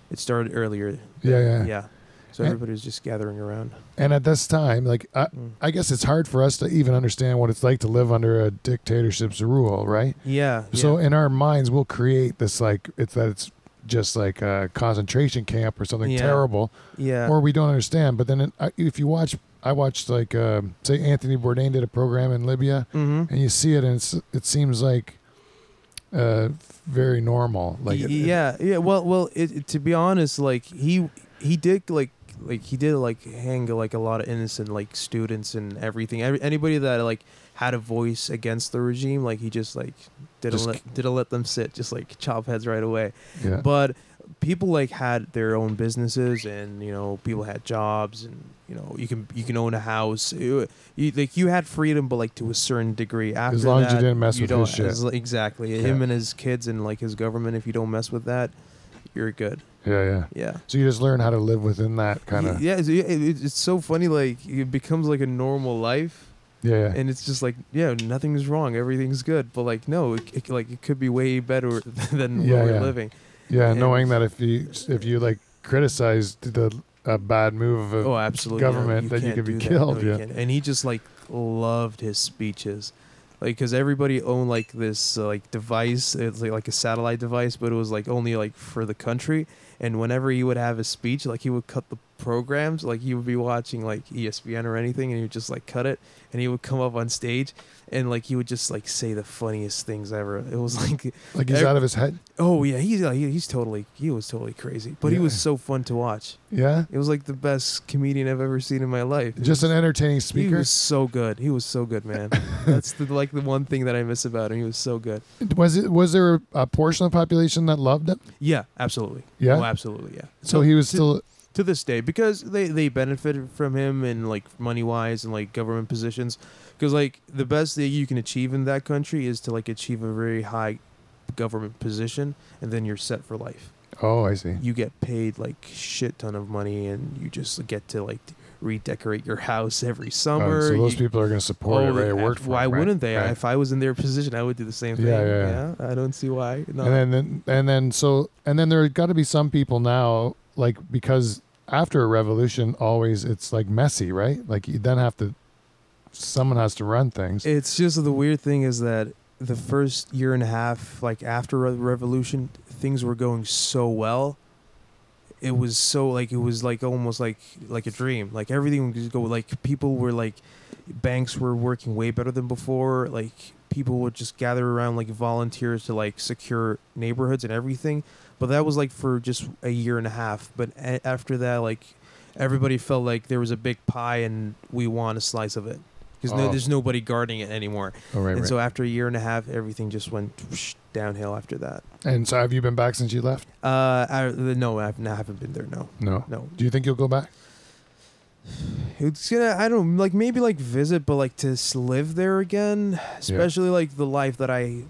Speaker 6: it started earlier.
Speaker 2: yeah, yeah
Speaker 6: Yeah, so
Speaker 2: And-
Speaker 6: everybody was just gathering around.
Speaker 2: And at this time, like I,
Speaker 6: Mm.
Speaker 2: I guess it's hard for us to even understand what it's like to live under a dictatorship's rule, right?
Speaker 6: Yeah.
Speaker 2: So
Speaker 6: yeah.
Speaker 2: in our minds, we'll create this like it's that it's just like a concentration camp or something
Speaker 6: Yeah.
Speaker 2: terrible,
Speaker 6: yeah.
Speaker 2: or we don't understand. But then it, I- if you watch, I watched like uh, say Anthony Bourdain did a program in Libya.
Speaker 6: mm-hmm.
Speaker 2: and you see it and it's, it seems like uh very normal like it- it-
Speaker 6: yeah yeah well well it, it- to be honest like he he did like like he did like hang like a lot of innocent like students and everything Every, anybody that like had a voice against the regime like he just like didn't
Speaker 2: Just
Speaker 6: let didn't let them sit just like chop heads right away
Speaker 2: yeah
Speaker 6: but people like had their own businesses and you know people had jobs and you know you can you can own a house you, you like you had freedom but like to a certain degree after
Speaker 2: long as you
Speaker 6: that,
Speaker 2: didn't mess with
Speaker 6: don't-
Speaker 2: his shit.
Speaker 6: as- exactly
Speaker 2: Yeah.
Speaker 6: him and his kids and like his government if you don't mess with that you're good.
Speaker 2: Yeah, yeah.
Speaker 6: Yeah.
Speaker 2: So you just learn how to live within that kind
Speaker 6: Y-
Speaker 2: of. Yeah,
Speaker 6: Yeah, it's, it- it- it's so funny. Like it becomes like a normal life,
Speaker 2: yeah.
Speaker 6: and it's just like yeah, nothing's wrong, everything's good. But like no, it, it- like it could be way better than
Speaker 2: Yeah,
Speaker 6: where
Speaker 2: yeah.
Speaker 6: we're living.
Speaker 2: Yeah,
Speaker 6: and-
Speaker 2: knowing that if you if you like criticized the a bad move of
Speaker 6: Oh, absolutely. no,
Speaker 2: government, then you
Speaker 6: can't
Speaker 2: could be
Speaker 6: do that.
Speaker 2: killed,
Speaker 6: you
Speaker 2: yeah.
Speaker 6: can't. And he just like loved his speeches. Like, cause everybody owned like this uh, like device, it's like, like a satellite device, but it was like only like for the country. And whenever he would have a speech, like he would cut the programs, like he would be watching like E ESPN or anything, and he would just like cut it, and he would come up on stage, and like he would just like say the funniest things ever. It was like,
Speaker 2: like he's
Speaker 6: ev-
Speaker 2: out of his head.
Speaker 6: oh yeah, he's like, he- he's totally he was totally crazy, but he
Speaker 2: Yeah.
Speaker 6: was so fun to watch.
Speaker 2: Yeah,
Speaker 6: It was like the best comedian I've ever seen in my life.
Speaker 2: just an entertaining
Speaker 6: He
Speaker 2: speaker.
Speaker 6: was so good. He was so good, man. That's the, like the one thing that I miss about him. He was so good.
Speaker 2: Was it was there a portion of the population that loved him?
Speaker 6: Yeah, absolutely.
Speaker 2: Yeah?
Speaker 6: Oh, absolutely. Yeah.
Speaker 2: So he was
Speaker 6: to-
Speaker 2: still
Speaker 6: to this day because they they benefited from him and like money wise and like government positions because like the best that you can achieve in that country is to like achieve a very high government position and then you're set for life.
Speaker 2: Oh, I see.
Speaker 6: you get paid like shit ton of money and you just get to like redecorate your house every summer.
Speaker 2: Oh, so those
Speaker 6: You-
Speaker 2: people are going to support it,
Speaker 6: Oh,
Speaker 2: right? It
Speaker 6: uh,
Speaker 2: worked for
Speaker 6: why
Speaker 2: them, right?
Speaker 6: wouldn't they?
Speaker 2: Right.
Speaker 6: If I was in their position, I would do the same thing.
Speaker 2: Yeah, yeah, yeah.
Speaker 6: I don't see why. No.
Speaker 2: And then, then and then so and then there got to be some people now like because after a revolution always it's like messy, right? Like you then have to someone has to run things.
Speaker 6: it's just the weird thing is that the first year and a half, like after the revolution, things were going so well. It was so like it was like almost like like a dream. Like everything would just go like people were like banks were working way better than before. Like people would just gather around like volunteers to like secure neighborhoods and everything. But that was like for just a year and a half. But a- after that, like everybody felt like there was a big pie and we want a slice of it because
Speaker 2: Oh.
Speaker 6: no, there's nobody guarding it anymore.
Speaker 2: oh, right,
Speaker 6: and
Speaker 2: right.
Speaker 6: so after a year and a half, everything just went whoosh downhill after that.
Speaker 2: and so have you been back since you left?
Speaker 6: Uh, I, no, I've, I haven't been there. No,
Speaker 2: No.
Speaker 6: no.
Speaker 2: Do you think you'll go back?
Speaker 6: It's gonna. I don't like maybe like visit, but like to s- live there again, especially like the life that I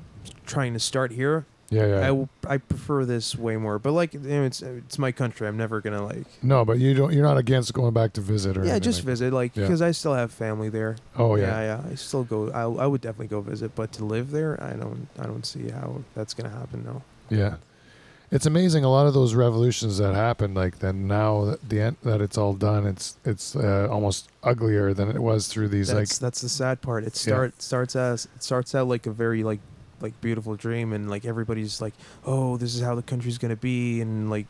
Speaker 6: trying to start here.
Speaker 2: Yeah, yeah.
Speaker 6: I will- I prefer this way more. But like you know, it's it's my country. I'm never gonna like.
Speaker 2: no, but you don't. You're not against going back to visit or
Speaker 6: Yeah,
Speaker 2: anything
Speaker 6: just
Speaker 2: like-
Speaker 6: visit, like
Speaker 2: Yeah.
Speaker 6: because I still have family there.
Speaker 2: oh yeah.
Speaker 6: yeah, I still go. I, I would definitely go visit, but to live there, I don't. I don't see how that's gonna happen. No.
Speaker 2: Yeah. It's amazing a lot of those revolutions that happened like then now that the end, that it's all done it's it's uh, almost uglier than it was through these
Speaker 6: that's
Speaker 2: like
Speaker 6: that's the sad part. It
Speaker 2: Yeah.
Speaker 6: start starts as it starts out like a very like like beautiful dream, and like everybody's like, oh, this is how the country's gonna be, and like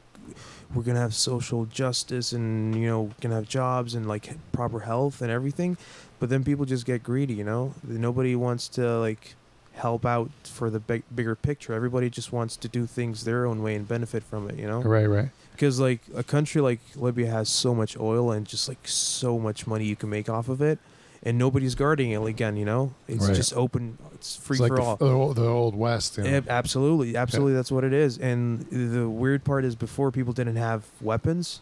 Speaker 6: we're gonna have social justice, and you know, we're gonna have jobs, and like proper health, and everything. But then people just get greedy, you know. Nobody wants to like help out for the big, bigger picture. Everybody just wants to do things their own way and benefit from it, you know
Speaker 2: right right
Speaker 6: because like a country like Libya has so much oil and just like so much money you can make off of it, and nobody's guarding it again. You know, it's
Speaker 2: Right.
Speaker 6: just open, it's free
Speaker 2: it's like
Speaker 6: for
Speaker 2: the,
Speaker 6: all.
Speaker 2: f- the old- the old west you know?
Speaker 6: Yeah, absolutely, absolutely. That's what it is. And the weird part is before people didn't have weapons,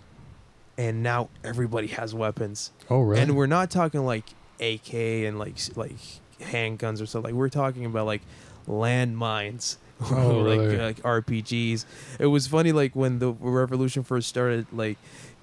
Speaker 6: and now everybody has weapons.
Speaker 2: oh right
Speaker 6: And we're not talking like AK and like s- like handguns or stuff. Like we're talking about like landmines.
Speaker 2: Oh,
Speaker 6: like uh,
Speaker 2: really?
Speaker 6: like RPGs. It was funny like when the revolution first started like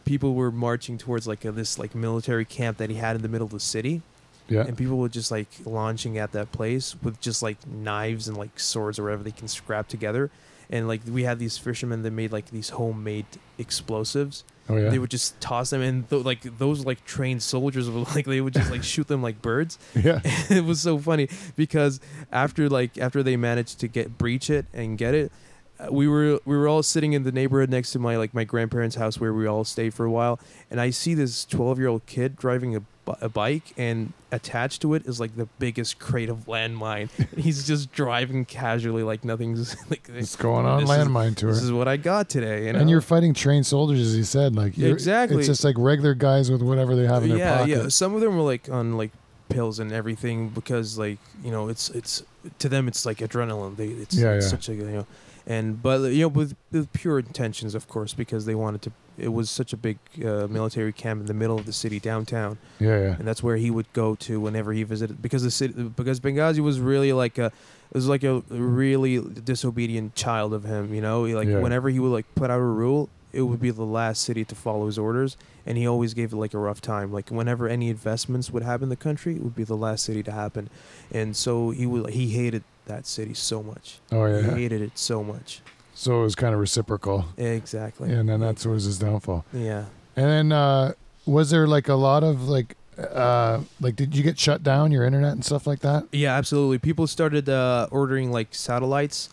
Speaker 6: people were marching towards like a, this like military camp that he had in the middle of the city
Speaker 2: yeah
Speaker 6: and people were just like launching at that place with just like knives and like swords or whatever they can scrap together and like we had these fishermen that made like these homemade explosives
Speaker 2: oh yeah
Speaker 6: they would just toss them and th- like those like trained soldiers would like they would just like shoot them like birds
Speaker 2: yeah
Speaker 6: it was so funny because after like after they managed to get breach it and get it uh, we were we were all sitting in the neighborhood next to my like my grandparents house where we all stayed for a while and i see this 12 year old kid driving a, bi- a bike and attached to it is like the biggest crate of landmine he's just driving casually like nothing's like
Speaker 2: it's going on
Speaker 6: this is-
Speaker 2: landmine tour
Speaker 6: this is what i got today you know?
Speaker 2: and you're fighting trained soldiers as you said like you're-
Speaker 6: Exactly.
Speaker 2: it's just like regular guys with whatever they have in their
Speaker 6: yeah,
Speaker 2: pocket
Speaker 6: Yeah, Some of them were like on like pills and everything because like you know it's it's to them it's like adrenaline. They it's,
Speaker 2: Yeah,
Speaker 6: it's
Speaker 2: yeah.
Speaker 6: such a you know, and but uh, you know with, with pure intentions, of course, because they wanted to. It was such a big uh, military camp in the middle of the city downtown,
Speaker 2: Yeah,
Speaker 6: and that's where he would go to whenever he visited because the city because Benghazi was really like a it was like a really disobedient child of him you know He, like
Speaker 2: Yeah.
Speaker 6: whenever he would like put out a rule it would be the last city to follow his orders and he always gave it like a rough time like whenever any investments would happen in the country it would be the last city to happen and so he would he hated that city so much
Speaker 2: yeah. Oh,
Speaker 6: he
Speaker 2: yeah.
Speaker 6: hated it so much
Speaker 2: So it was kind of reciprocal.
Speaker 6: exactly
Speaker 2: And then that was his downfall.
Speaker 6: yeah
Speaker 2: And then uh, was there like a lot of like, uh, like did you get shut down your internet and stuff like that?
Speaker 6: Yeah, absolutely. People started uh, ordering like satellites,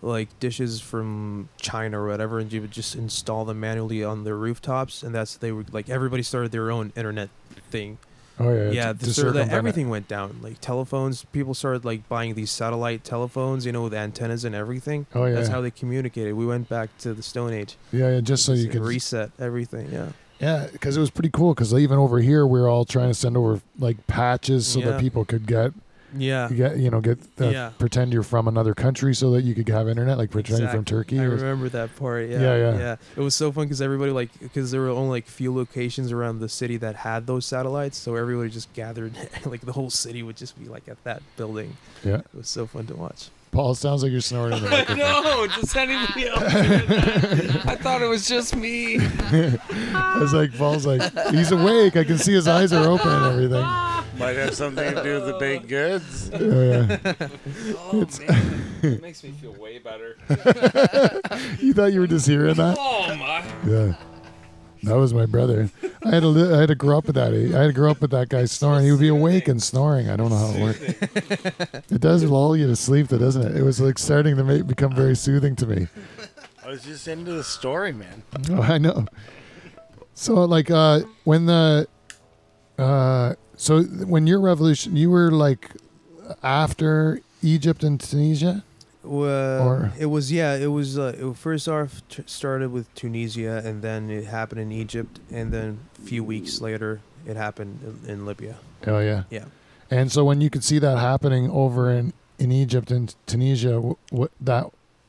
Speaker 6: like dishes from China or whatever, and you would just install them manually on their rooftops, and that's they were like everybody started their own internet thing.
Speaker 2: Oh yeah,
Speaker 6: yeah,
Speaker 2: to-
Speaker 6: the
Speaker 2: to
Speaker 6: sort of the-
Speaker 2: circumvent it.
Speaker 6: everything went down. Like telephones, people started like buying these satellite telephones, you know, with antennas and everything.
Speaker 2: Oh yeah,
Speaker 6: That's how they communicated. We went back to the Stone Age.
Speaker 2: yeah, yeah, just so you
Speaker 6: It
Speaker 2: could
Speaker 6: reset everything. Yeah.
Speaker 2: Yeah, because it was pretty cool. Because even over here, we were all trying to send over like patches so that
Speaker 6: Yeah.
Speaker 2: people could get
Speaker 6: Yeah.
Speaker 2: get you know get uh,
Speaker 6: Yeah.
Speaker 2: pretend you're from another country so that you could have internet. Like pretend you're from Turkey.
Speaker 6: I
Speaker 2: or-
Speaker 6: remember that part. Yeah,
Speaker 2: Yeah, yeah.
Speaker 6: It was so fun because everybody like because there were only like few locations around the city that had those satellites, so everybody just gathered. like the whole city would just be like at that building.
Speaker 2: Yeah.
Speaker 6: It was so fun to watch.
Speaker 2: Paul, it sounds like you're snoring. In the microphone.
Speaker 3: no, does anybody else? hear that? I thought it was just me.
Speaker 2: I was like, Paul's like he's awake. I can see his eyes are open and everything.
Speaker 4: Might have something to do with the baked goods.
Speaker 2: Yeah, yeah.
Speaker 3: Oh man, it makes me feel way better.
Speaker 2: You thought you were just hearing that?
Speaker 3: Oh my.
Speaker 2: Yeah. That was my brother. I had to li- I had to grow up with that. eh, I had to grow up with that guy snoring. He would be awake and snoring. I don't know how it worked. It does lull you to sleep, though, doesn't it? It was like starting to make, become very soothing to me.
Speaker 4: I was just into the story, man.
Speaker 2: Oh, I know. So, like, uh, when the, uh, so when your revolution, you were like after Egypt and Tunisia.
Speaker 6: Well,
Speaker 2: Or-
Speaker 6: it was yeah, it was uh, it first off t- started with Tunisia, and then it happened in Egypt, and then a few weeks later it happened in, in Libya.
Speaker 2: Oh yeah.
Speaker 6: Yeah.
Speaker 2: And so when you could see that happening over in in Egypt and Tunisia, what, what that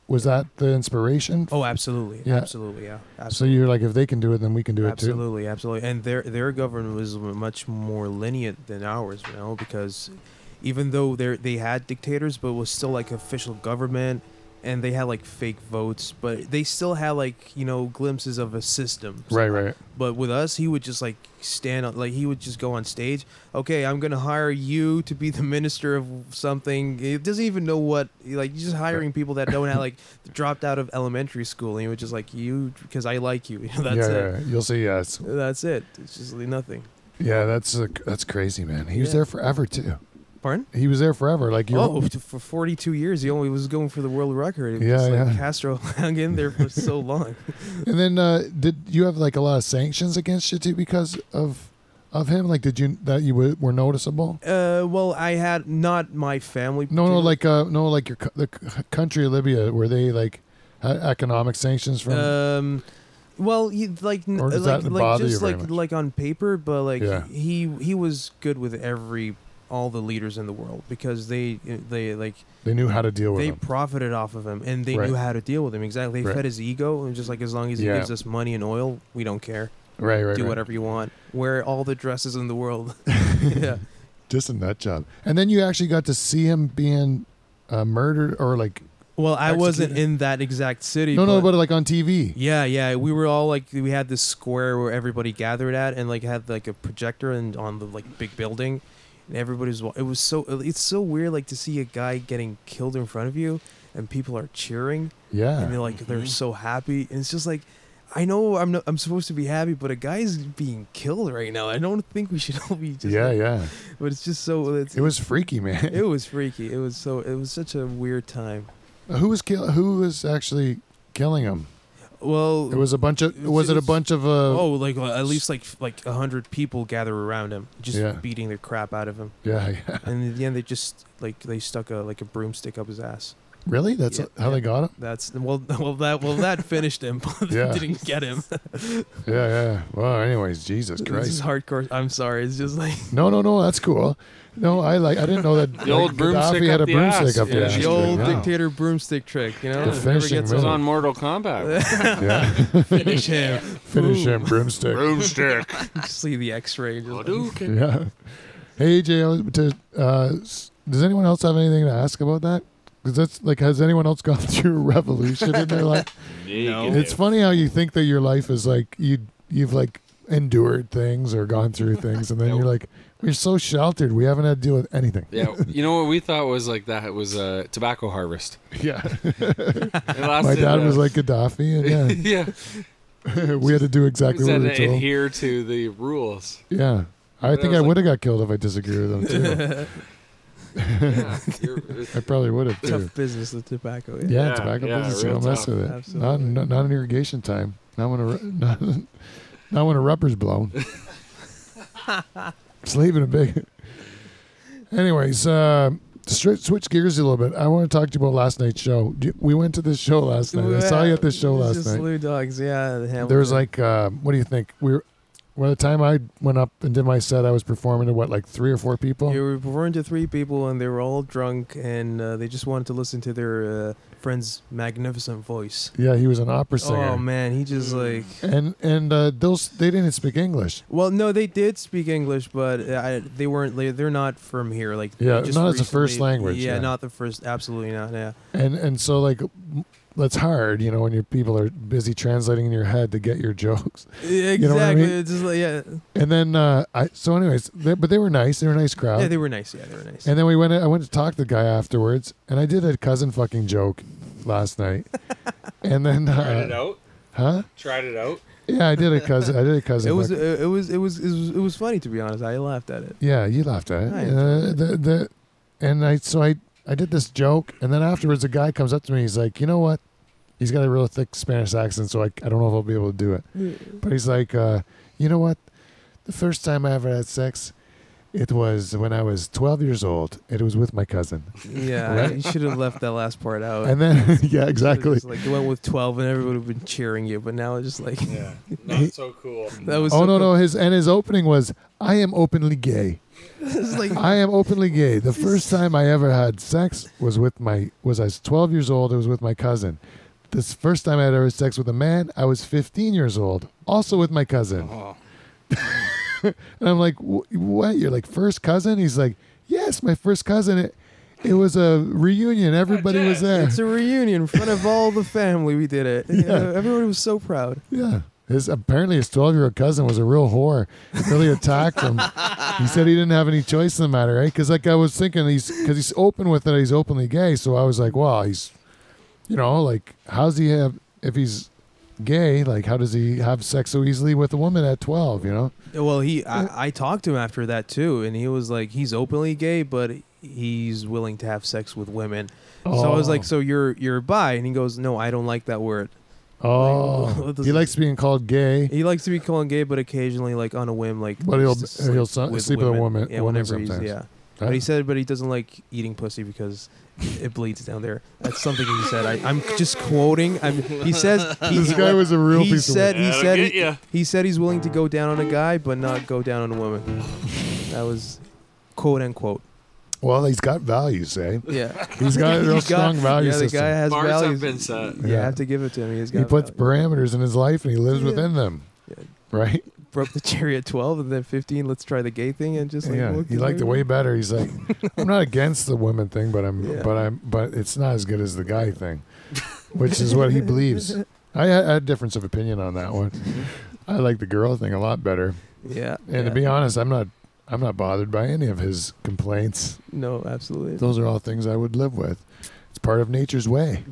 Speaker 2: was that the inspiration?
Speaker 6: Oh, absolutely,
Speaker 2: Yeah.
Speaker 6: absolutely, yeah. Absolutely.
Speaker 2: So you're like, if they can do it, then we can do it too.
Speaker 6: absolutely, Absolutely, And their their government was much more lenient than ours, you know, because even though they they had dictators, but it was still like official government, and they had like fake votes, but they still had like you know glimpses of a system.
Speaker 2: Right, right.
Speaker 6: But with us, he would just like stand up, like he would just go on stage. Okay, I'm gonna hire you to be the minister of something. He doesn't even know what. Like he's just hiring people that don't have like dropped out of elementary school, and he would just like you because I like you. That's
Speaker 2: yeah, yeah,
Speaker 6: it.
Speaker 2: you'll see. Yes.
Speaker 6: That's it. It's just like nothing.
Speaker 2: Yeah, that's uh that's crazy, man. He was
Speaker 6: Yeah.
Speaker 2: there forever too.
Speaker 6: Pardon?
Speaker 2: He was there forever. Like you.
Speaker 6: Oh, t- for 42 years, he only was going for the world record. It was
Speaker 2: Yeah,
Speaker 6: just like
Speaker 2: yeah.
Speaker 6: Castro hung in there for so long.
Speaker 2: And then uh, did you have like a lot of sanctions against you too because of of him? Like, did you that you were, were noticeable?
Speaker 6: Uh, well, I had not my family.
Speaker 2: No, no,
Speaker 6: particularly-
Speaker 2: like uh, no, like your co- the c- country of Libya. Were they like had economic sanctions from?
Speaker 6: Um, well, you, like, n-
Speaker 2: Or does
Speaker 6: like,
Speaker 2: that
Speaker 6: like
Speaker 2: bother you
Speaker 6: just
Speaker 2: very
Speaker 6: like
Speaker 2: much?
Speaker 6: like on paper, but like
Speaker 2: Yeah.
Speaker 6: he he was good with every all the leaders in the world because they uh, they like
Speaker 2: they knew how to deal with
Speaker 6: they
Speaker 2: them.
Speaker 6: profited off of him and they
Speaker 2: Right.
Speaker 6: knew how to deal with him exactly. They
Speaker 2: Right.
Speaker 6: fed his ego and just like as long as he
Speaker 2: Yeah.
Speaker 6: gives us money and oil, we don't care.
Speaker 2: Right, right,
Speaker 6: do
Speaker 2: right.
Speaker 6: whatever you want. Wear all the dresses in the world. yeah.
Speaker 2: Just a nut job. And then you actually got to see him being uh, murdered or like
Speaker 6: Well, I wasn't
Speaker 2: Executed.
Speaker 6: in that exact city.
Speaker 2: no,
Speaker 6: but
Speaker 2: no, but like on TV.
Speaker 6: yeah, yeah, we were all like we had this square where everybody gathered at, and like had like a projector and on the like big building, and everybody was. wa- It was so it's so weird like to see a guy getting killed in front of you, and people are cheering,
Speaker 2: Yeah.
Speaker 6: and they're like they're so happy, and it's just like. I know I'm not, I'm supposed to be happy, but a guy's being killed right now. I don't think we should all be just.
Speaker 2: yeah, yeah.
Speaker 6: But it's just so it's
Speaker 2: It was freaky, man.
Speaker 6: it was freaky. It was so. It was such a weird time.
Speaker 2: who was kill? Who was actually killing him?
Speaker 6: Well,
Speaker 2: It was a bunch of. Was it a bunch of? Uh,
Speaker 6: oh, like uh, at least like like a hundred people gather around him, just
Speaker 2: Yeah.
Speaker 6: beating the crap out of him.
Speaker 2: yeah, yeah.
Speaker 6: And in the end, they just like they stuck a like a broomstick up his ass.
Speaker 2: Really? That's
Speaker 6: Yeah,
Speaker 2: how they got him?
Speaker 6: That's well, well that well that finished him. but
Speaker 2: Yeah.
Speaker 6: didn't get him.
Speaker 2: Yeah, yeah. Well, anyways, Jesus
Speaker 6: This is
Speaker 2: Christ.
Speaker 6: hardcore. I'm sorry. It's just like
Speaker 2: No, no, no. That's cool. No, I like. I didn't know that
Speaker 3: The old
Speaker 2: like,
Speaker 3: broomstick
Speaker 2: Gaddafi had
Speaker 3: up
Speaker 2: a
Speaker 3: the
Speaker 2: broomstick
Speaker 3: ass.
Speaker 2: up
Speaker 3: Yeah,
Speaker 2: the ass.
Speaker 6: the old
Speaker 2: Wow.
Speaker 6: dictator broomstick trick. You know,
Speaker 2: The
Speaker 6: It never
Speaker 2: finishing
Speaker 6: gets
Speaker 3: It
Speaker 2: move.
Speaker 3: was
Speaker 6: old.
Speaker 3: on Mortal Kombat.
Speaker 2: Yeah,
Speaker 6: Finish him.
Speaker 2: finish
Speaker 6: Boom.
Speaker 2: him, broomstick.
Speaker 3: Broomstick.
Speaker 6: See the X-ray. Just like,
Speaker 3: Hadouken.
Speaker 2: Yeah. Hey, AJ, I was- to, uh, s- does anyone else have anything to ask about that? 'Cause that's like, has anyone else gone through a revolution in their life?
Speaker 3: Negative.
Speaker 2: It's funny how you think that your life is like you you've like endured things or gone through things, and then you're like, we're so sheltered, we haven't had to deal with anything.
Speaker 3: Yeah, you know what we thought was like that was a tobacco harvest.
Speaker 2: Yeah.
Speaker 3: It
Speaker 2: My
Speaker 3: lasted,
Speaker 2: dad
Speaker 3: uh,
Speaker 2: was like Gaddafi, and
Speaker 3: yeah,
Speaker 2: yeah, we had to do exactly
Speaker 3: we
Speaker 2: what
Speaker 3: said
Speaker 2: we were
Speaker 3: to
Speaker 2: told.
Speaker 3: adhere to the rules.
Speaker 2: Yeah. I
Speaker 3: But I
Speaker 2: think
Speaker 3: was
Speaker 2: I
Speaker 3: like-
Speaker 2: would have got killed if I disagreed with them too.
Speaker 3: Yeah, you're-
Speaker 2: I probably would have too.
Speaker 6: tough business with tobacco. Yeah.
Speaker 2: Yeah,
Speaker 3: Yeah,
Speaker 2: tobacco
Speaker 3: yeah,
Speaker 2: business. You
Speaker 3: real
Speaker 2: don't mess
Speaker 3: tough.
Speaker 2: with it.
Speaker 6: Absolutely.
Speaker 2: Not, not not in irrigation time. Not when a ru- not, not when a rubber's blown. Just leaving a big. Anyways, uh, stri- switch gears a little bit. I want to talk to you about last night's show. Do you- We went to this show last night. I saw you at this show
Speaker 6: It's
Speaker 2: last
Speaker 6: just
Speaker 2: night.
Speaker 6: Lou Dogs. Yeah. the Hamilton.
Speaker 2: There was like, uh, what do you think? We were, by the time I went up and did my set, I was performing to what, like three or four people?
Speaker 6: You were performing to three people, and they were all drunk, and uh, they just wanted to listen to their uh, friend's magnificent voice.
Speaker 2: yeah, he was an opera singer.
Speaker 6: Oh man, he just like.
Speaker 2: And and uh, those they didn't speak English.
Speaker 6: Well, no, they did speak English, but uh, I, they weren't. they- They're not from here. Like, they
Speaker 2: Yeah,
Speaker 6: just
Speaker 2: not as a first
Speaker 6: recently-
Speaker 2: language,
Speaker 6: Yeah,
Speaker 2: yeah.
Speaker 6: not the first. Absolutely not. Yeah.
Speaker 2: and and so like m- that's hard you know when your people are busy translating in your head to get your jokes
Speaker 6: Exactly.
Speaker 2: know what I mean?
Speaker 6: It's just like, yeah.
Speaker 2: and then uh i so anyways they, but they were nice they were a nice crowd
Speaker 6: Yeah, they were nice. Yeah, they were nice.
Speaker 2: and then we went i went to talk to the guy afterwards and i did a cousin fucking joke last night and then
Speaker 3: tried it
Speaker 2: uh,
Speaker 3: out.
Speaker 2: huh
Speaker 3: Tried it out.
Speaker 2: yeah i did a cousin i did a cousin
Speaker 6: it was,
Speaker 2: fuck-
Speaker 6: it, it was it was it was it was funny to be honest. I laughed at it.
Speaker 2: yeah you laughed at it
Speaker 6: I
Speaker 2: uh, the, the, and i so i i did this joke and then afterwards a guy comes up to me he's like you know what he's got a real thick spanish accent so i, I don't know if i'll be able to do it But he's like, uh, you know what? The first time I ever had sex, it was when I was 12 years old. It was with my cousin.
Speaker 6: Yeah,
Speaker 2: Right?
Speaker 6: you should have left that last part out.
Speaker 2: And then, yeah,
Speaker 6: It
Speaker 2: exactly.
Speaker 6: was Like you went with twelve, and everybody would have been cheering you. But now it's just like
Speaker 3: Yeah, not so cool.
Speaker 6: that was.
Speaker 2: Oh
Speaker 6: so
Speaker 2: no,
Speaker 6: cool.
Speaker 2: no. His and his opening was, I am openly gay.
Speaker 6: It's like
Speaker 2: I am openly gay. The first time I ever had sex was with my was I was 12 years old. It was with my cousin. This first time I had ever had sex with a man, I was 15 years old, also with my cousin.
Speaker 3: Oh.
Speaker 2: And I'm like, "Wh- what? You're like first cousin? He's like, yes, my first cousin. It, it was a reunion. Everybody was there.
Speaker 6: it's a reunion in front of all the family. We did it. You know, everybody was so proud.
Speaker 2: Yeah. His apparently his twelve year old cousin was a real whore. Really attacked him. he said he didn't have any choice in the matter, right? Because like I was thinking, he's because he's open with it. He's openly gay. So I was like, well, he's, you know, like how's he have if he's gay? Like how does he have sex so easily with a woman at twelve? You know?
Speaker 6: Well, he I, I talked to him after that too, and he was like, he's openly gay, but he's willing to have sex with women. So I was
Speaker 2: Oh.
Speaker 6: like, so you're you're bi, and he goes, no, I don't like that word.
Speaker 2: Oh,
Speaker 6: What does
Speaker 2: he
Speaker 6: it-
Speaker 2: likes being called gay.
Speaker 6: He likes to be called gay, but occasionally, like on a whim, like.
Speaker 2: But he'll-
Speaker 6: just
Speaker 2: he'll so- sleep with a woman-
Speaker 6: Yeah,
Speaker 2: woman
Speaker 6: whenever he's-
Speaker 2: sometimes.
Speaker 6: yeah. But he said, but he doesn't like eating pussy because it bleeds down there. That's something he said. I, I'm just quoting. I'm, he says he,
Speaker 2: this
Speaker 6: he-
Speaker 2: guy was a real
Speaker 6: he
Speaker 2: piece
Speaker 6: said he
Speaker 3: That'll
Speaker 6: said
Speaker 3: get
Speaker 6: he,
Speaker 3: ya.
Speaker 6: he said he's willing to go down on a guy, but not go down on a woman. That was quote unquote.
Speaker 2: of. Well, he's got values, eh?
Speaker 6: Yeah,
Speaker 2: He's got a real strong value
Speaker 6: Yeah, the
Speaker 2: system.
Speaker 6: guy has
Speaker 3: Bars have
Speaker 6: values.
Speaker 3: been set.
Speaker 6: You
Speaker 2: Yeah.
Speaker 6: have to give it to him. He's got
Speaker 2: he puts
Speaker 6: values.
Speaker 2: parameters in his life and he lives
Speaker 6: Yeah.
Speaker 2: within them.
Speaker 6: Yeah.
Speaker 2: Right?
Speaker 6: broke the cherry at 12 and then 15. Let's try the gay thing and just like
Speaker 2: yeah.
Speaker 6: look
Speaker 2: He
Speaker 6: at
Speaker 2: liked it way better. He's like, I'm not against the women thing, but I'm
Speaker 6: Yeah.
Speaker 2: but I'm but it's not as good as the guy thing. Which is what he believes. I had I had a difference of opinion on that one. I like the girl thing a lot better.
Speaker 6: Yeah,
Speaker 2: And to
Speaker 6: Mm-hmm. yeah.
Speaker 2: be honest, I'm not I'm not bothered by any of his complaints.
Speaker 6: no, absolutely.
Speaker 2: Those are all things I would live with. It's part of nature's way.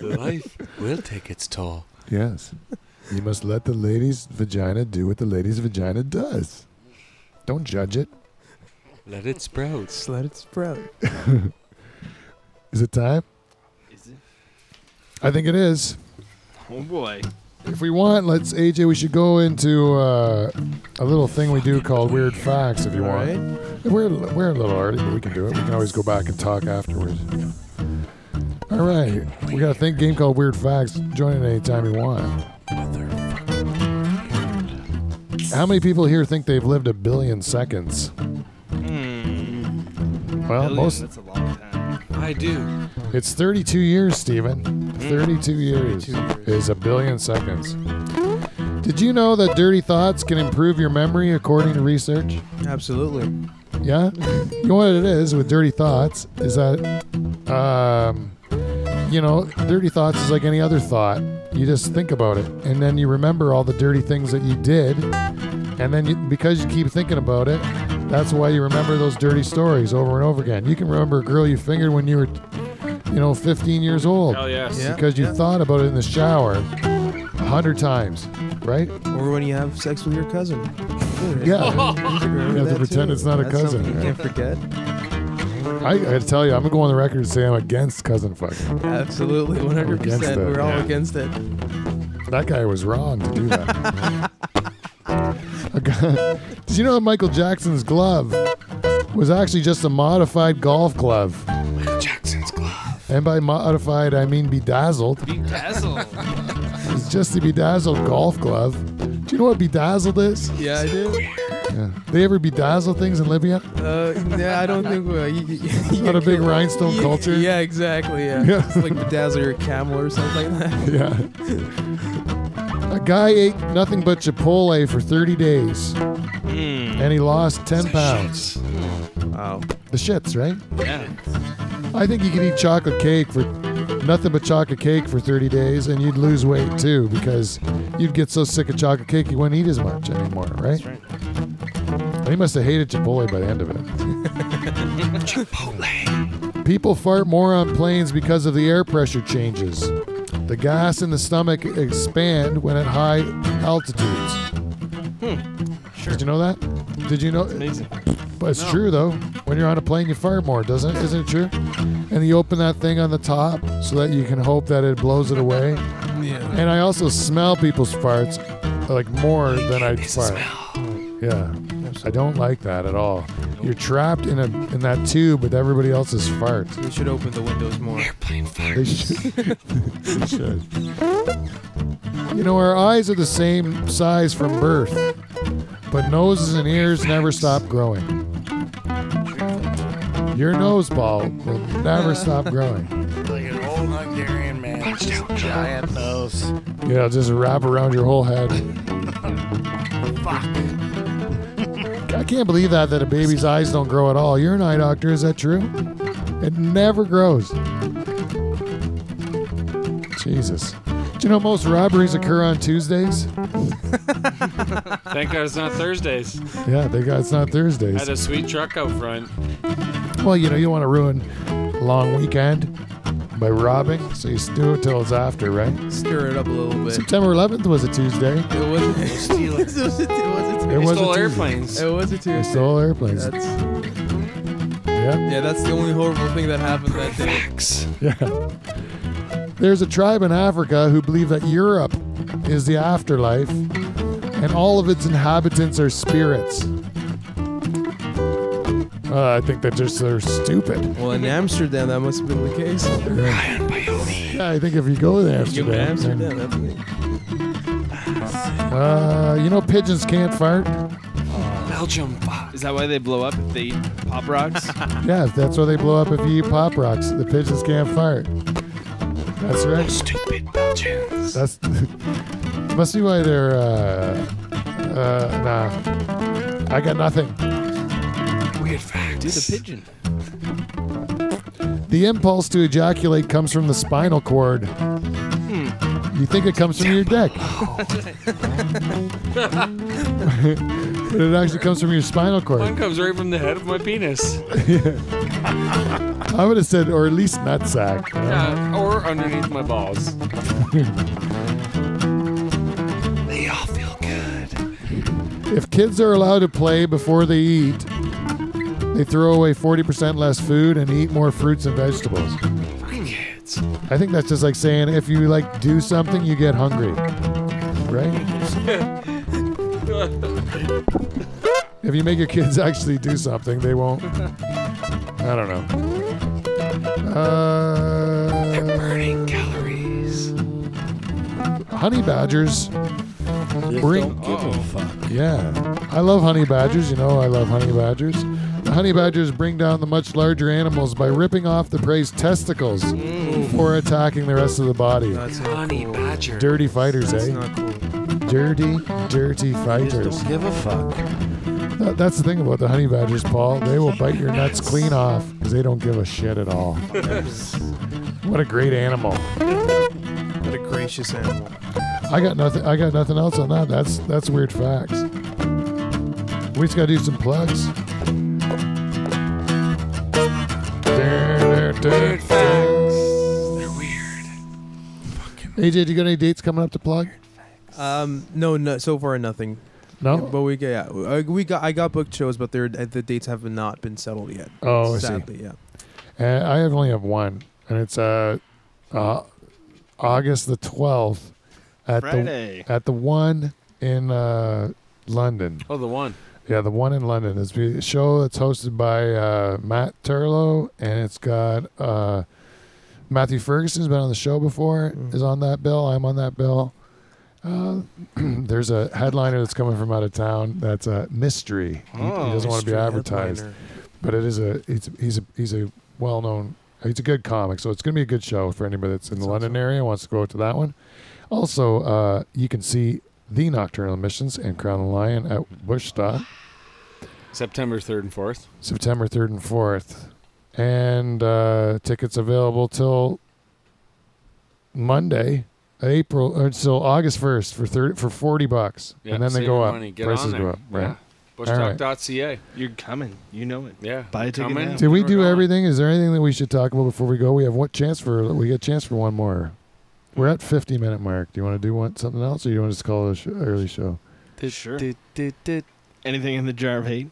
Speaker 3: The life will take its toll.
Speaker 2: Yes. You must let the lady's vagina do what the lady's vagina does. Don't judge it.
Speaker 3: Let it sprout.
Speaker 6: Just let it sprout.
Speaker 2: Is it time?
Speaker 5: Is it?
Speaker 2: I think it is.
Speaker 5: Oh boy.
Speaker 2: If we want, let's AJ. We should go into uh, a little thing we do called weird facts. If you
Speaker 6: All
Speaker 2: want,
Speaker 6: right.
Speaker 2: we're we're a little early, but we can do it. We can always go back and talk afterwards. All right, we got a thing game called Weird Facts. Join it anytime you want. How many people here think they've lived a billion seconds? Well,
Speaker 5: Billion,
Speaker 2: most
Speaker 5: that's a long time.
Speaker 3: I do.
Speaker 2: it's 32 years, Steven. 32 years, is a billion seconds. Did you know that dirty thoughts can improve your memory according to research?
Speaker 6: Absolutely.
Speaker 2: Yeah? you know what it is with dirty thoughts is that, um, you know, dirty thoughts is like any other thought. You just think about it, and then you remember all the dirty things that you did, and then you, because you keep thinking about it, that's why you remember those dirty stories over and over again. You can remember a girl you fingered when you were, you know, 15 years old
Speaker 5: Oh,
Speaker 3: Hell yes.
Speaker 6: Yeah.
Speaker 2: because you thought about it in the shower a hundred times, right?
Speaker 6: Or when you have sex with your cousin.
Speaker 2: Yeah.
Speaker 6: you
Speaker 2: have to pretend it's not a cousin,
Speaker 6: You
Speaker 2: right?
Speaker 6: can't forget.
Speaker 2: I, I gotta tell you, I'm gonna go on the record and say I'm against cousin fucking.
Speaker 6: Absolutely,
Speaker 2: We're
Speaker 6: 100.
Speaker 2: against
Speaker 6: percent
Speaker 2: that,
Speaker 6: We're all
Speaker 3: yeah.
Speaker 6: against it.
Speaker 2: That guy was wrong to do that. A guy- Did you know that Michael Jackson's glove was actually just a modified golf glove? Jackson's glove. And by modified, I mean bedazzled.
Speaker 5: Dazzle.
Speaker 2: It's just a bedazzled golf glove. Do you know what bedazzled is?
Speaker 6: Yeah, I do.
Speaker 2: Yeah. They ever bedazzle things in Libya?
Speaker 6: Uh, yeah, I don't think we're. You, you, you
Speaker 2: Not a big rhinestone
Speaker 6: yeah,
Speaker 2: culture?
Speaker 6: Yeah, exactly. Yeah,
Speaker 2: Yeah.
Speaker 6: It's like bedazzle your camel or something like that.
Speaker 2: Yeah. A guy ate nothing but Chipotle for 30 days and he lost 10 pounds.
Speaker 6: Wow.
Speaker 2: The shits, right?
Speaker 5: yeah.
Speaker 2: I think you could eat chocolate cake for nothing but chocolate cake for 30 days and you'd lose weight too because you'd get so sick of chocolate cake you wouldn't eat as much anymore, right?
Speaker 5: That's right.
Speaker 2: And he must have hated Chipotle by the end of it. Chipotle. People fart more on planes because of the air pressure changes. The gas in the stomach expand when at high altitudes. Did you know that? Did you know?
Speaker 5: Hmm. Amazing.
Speaker 2: But it's true though. When you're on a plane, you fart more, doesn't it? Isn't it true? And you open that thing on the top so that you can hope that it blows it away.
Speaker 6: Yeah.
Speaker 2: And I also smell people's farts like more than I fart. Yeah, I don't like that at all. You're trapped in a in that tube with everybody else's farts.
Speaker 6: We should open the windows more.
Speaker 2: They should. they should. You know, our eyes are the same size from birth, but noses and ears never stop growing. Your nose ball will never stop growing.
Speaker 4: Like an old Hungarian man. Just giant nose.
Speaker 2: Yeah, just wrap around your whole head. I can't believe that that a baby's eyes don't grow at all. You're an eye doctor, is that true? It never grows. Jesus. Do you know most robberies occur on Tuesdays?
Speaker 3: Thank God it's not Thursdays.
Speaker 2: Yeah, they got it's not
Speaker 3: I
Speaker 2: Thursdays.
Speaker 3: had a sweet truck out front.
Speaker 2: Well, you know, you want to ruin a long weekend by robbing, so you do it till it's after, right?
Speaker 6: Stir it up a little bit.
Speaker 2: September 11th was a Tuesday.
Speaker 6: It wasn't. it was a Tuesday.
Speaker 2: It
Speaker 6: It
Speaker 2: was
Speaker 6: was
Speaker 2: a
Speaker 3: Stole
Speaker 2: Tuesday.
Speaker 3: airplanes.
Speaker 6: a Tuesday. It was a Tuesday.
Speaker 2: They stole airplanes.
Speaker 6: That's,
Speaker 2: Yeah.
Speaker 6: yeah, that's the only horrible thing that happened that day.
Speaker 2: Yeah. There's a tribe in Africa who believe that Europe is the afterlife and all of its inhabitants are spirits. Uh, I think that just they're stupid.
Speaker 6: Well, in Amsterdam, that must have been the case.
Speaker 2: Yeah, I think if you go to
Speaker 6: You go to
Speaker 2: Amsterdam,
Speaker 6: Amsterdam, that's me.
Speaker 2: Uh, you know pigeons can't fart.
Speaker 3: Belgium.
Speaker 5: Is that why they blow up if they eat pop rocks?
Speaker 2: Yeah, that's why they blow up if you eat pop rocks. The pigeons can't fart. That's right. Stupid pigeons. That's must be why they're. Uh, uh, nah, I got nothing.
Speaker 5: Do the pigeon.
Speaker 2: The impulse to ejaculate comes from the spinal cord.
Speaker 5: Hmm.
Speaker 2: You think it comes from your dick. but it actually comes from your spinal
Speaker 3: One
Speaker 2: cord.
Speaker 3: comes right from the head of my penis.
Speaker 2: I would have said, or at least nutsack. you know?
Speaker 3: Yeah, or underneath my balls.
Speaker 2: If kids are allowed to play before they eat, they throw away 40% less food and eat more fruits and vegetables. I think that's just like saying if you like do something, you get hungry. right? If you make your kids actually do something, they won't. I don't know. Uh, They're burning calories. Honey badgers.
Speaker 4: Just
Speaker 2: Bring-
Speaker 4: don't give a fuck.
Speaker 2: Yeah. I love honey badgers. You know, I love honey badgers. The honey badgers bring down the much larger animals by ripping off the prey's testicles or attacking the rest of the body.
Speaker 6: That's not
Speaker 1: Honey
Speaker 6: cool.
Speaker 1: badger.
Speaker 2: Dirty fighters,
Speaker 6: That's
Speaker 2: eh?
Speaker 6: not cool.
Speaker 2: Dirty, dirty
Speaker 4: Just
Speaker 2: fighters.
Speaker 4: don't give a fuck.
Speaker 2: That- That's the thing about the honey badgers, Paul. They will bite your nuts clean off because they don't give a shit at all. what a great animal.
Speaker 6: What a gracious animal.
Speaker 2: I got nothing. I got nothing else on that. That's that's weird facts. We just gotta do some plugs. Weird facts. They're weird. AJ, do you got any dates coming up to plug?
Speaker 6: Um, no, no, so far nothing.
Speaker 2: No.
Speaker 6: But we got, yeah, I- we got, I got booked shows, but they're the dates have not been settled yet.
Speaker 2: Oh, I see.
Speaker 6: sadly, yeah.
Speaker 2: Uh, I have only have one, and it's uh, uh August the twelfth at
Speaker 5: Friday.
Speaker 2: the at the one in uh, London.
Speaker 3: Oh, the one.
Speaker 2: Yeah, the one in London. It's a show that's hosted by uh, Matt Turlow, and it's got uh, Matthew Ferguson's been on the show before. Is on that bill. I'm on that bill. Uh, there's a headliner that's coming from out of town. That's a mystery. He- he,
Speaker 5: Oh,
Speaker 2: doesn't want to be
Speaker 6: Mystery
Speaker 2: advertised,
Speaker 6: headliner.
Speaker 2: but it is a. It's, he's a he's a well known. He's a good comic, so it's going to be a good show for anybody that's in the
Speaker 6: Sounds
Speaker 2: London
Speaker 6: awesome.
Speaker 2: area and wants to go out to that one. Also, uh, you can see the Nocturnal Missions and Crown and Lion at Bushstock.
Speaker 3: September 3rd and 4th.
Speaker 2: September 3rd and 4th. And uh, tickets available till Monday, April, or till August 1st for 30, for 40 bucks.
Speaker 3: Yeah,
Speaker 2: and then they
Speaker 3: save
Speaker 2: go
Speaker 3: your
Speaker 2: up.
Speaker 3: money. Get
Speaker 2: Prices
Speaker 3: on there.
Speaker 2: go up. Right.
Speaker 3: Yeah.
Speaker 2: All right.
Speaker 3: Bushtalk.ca.
Speaker 5: You're coming. You know it.
Speaker 3: Yeah.
Speaker 5: Buy a ticket
Speaker 3: Come in.
Speaker 5: now.
Speaker 2: Did we
Speaker 3: We're
Speaker 2: do
Speaker 3: going.
Speaker 2: everything? Is there anything that we should talk about before we go? We have what chance for, we got chance for one more. We're at 50 minute mark. Do you want to do one, something else or you want to just call it a sh- early show?
Speaker 5: Sure. Anything in the jar of hate?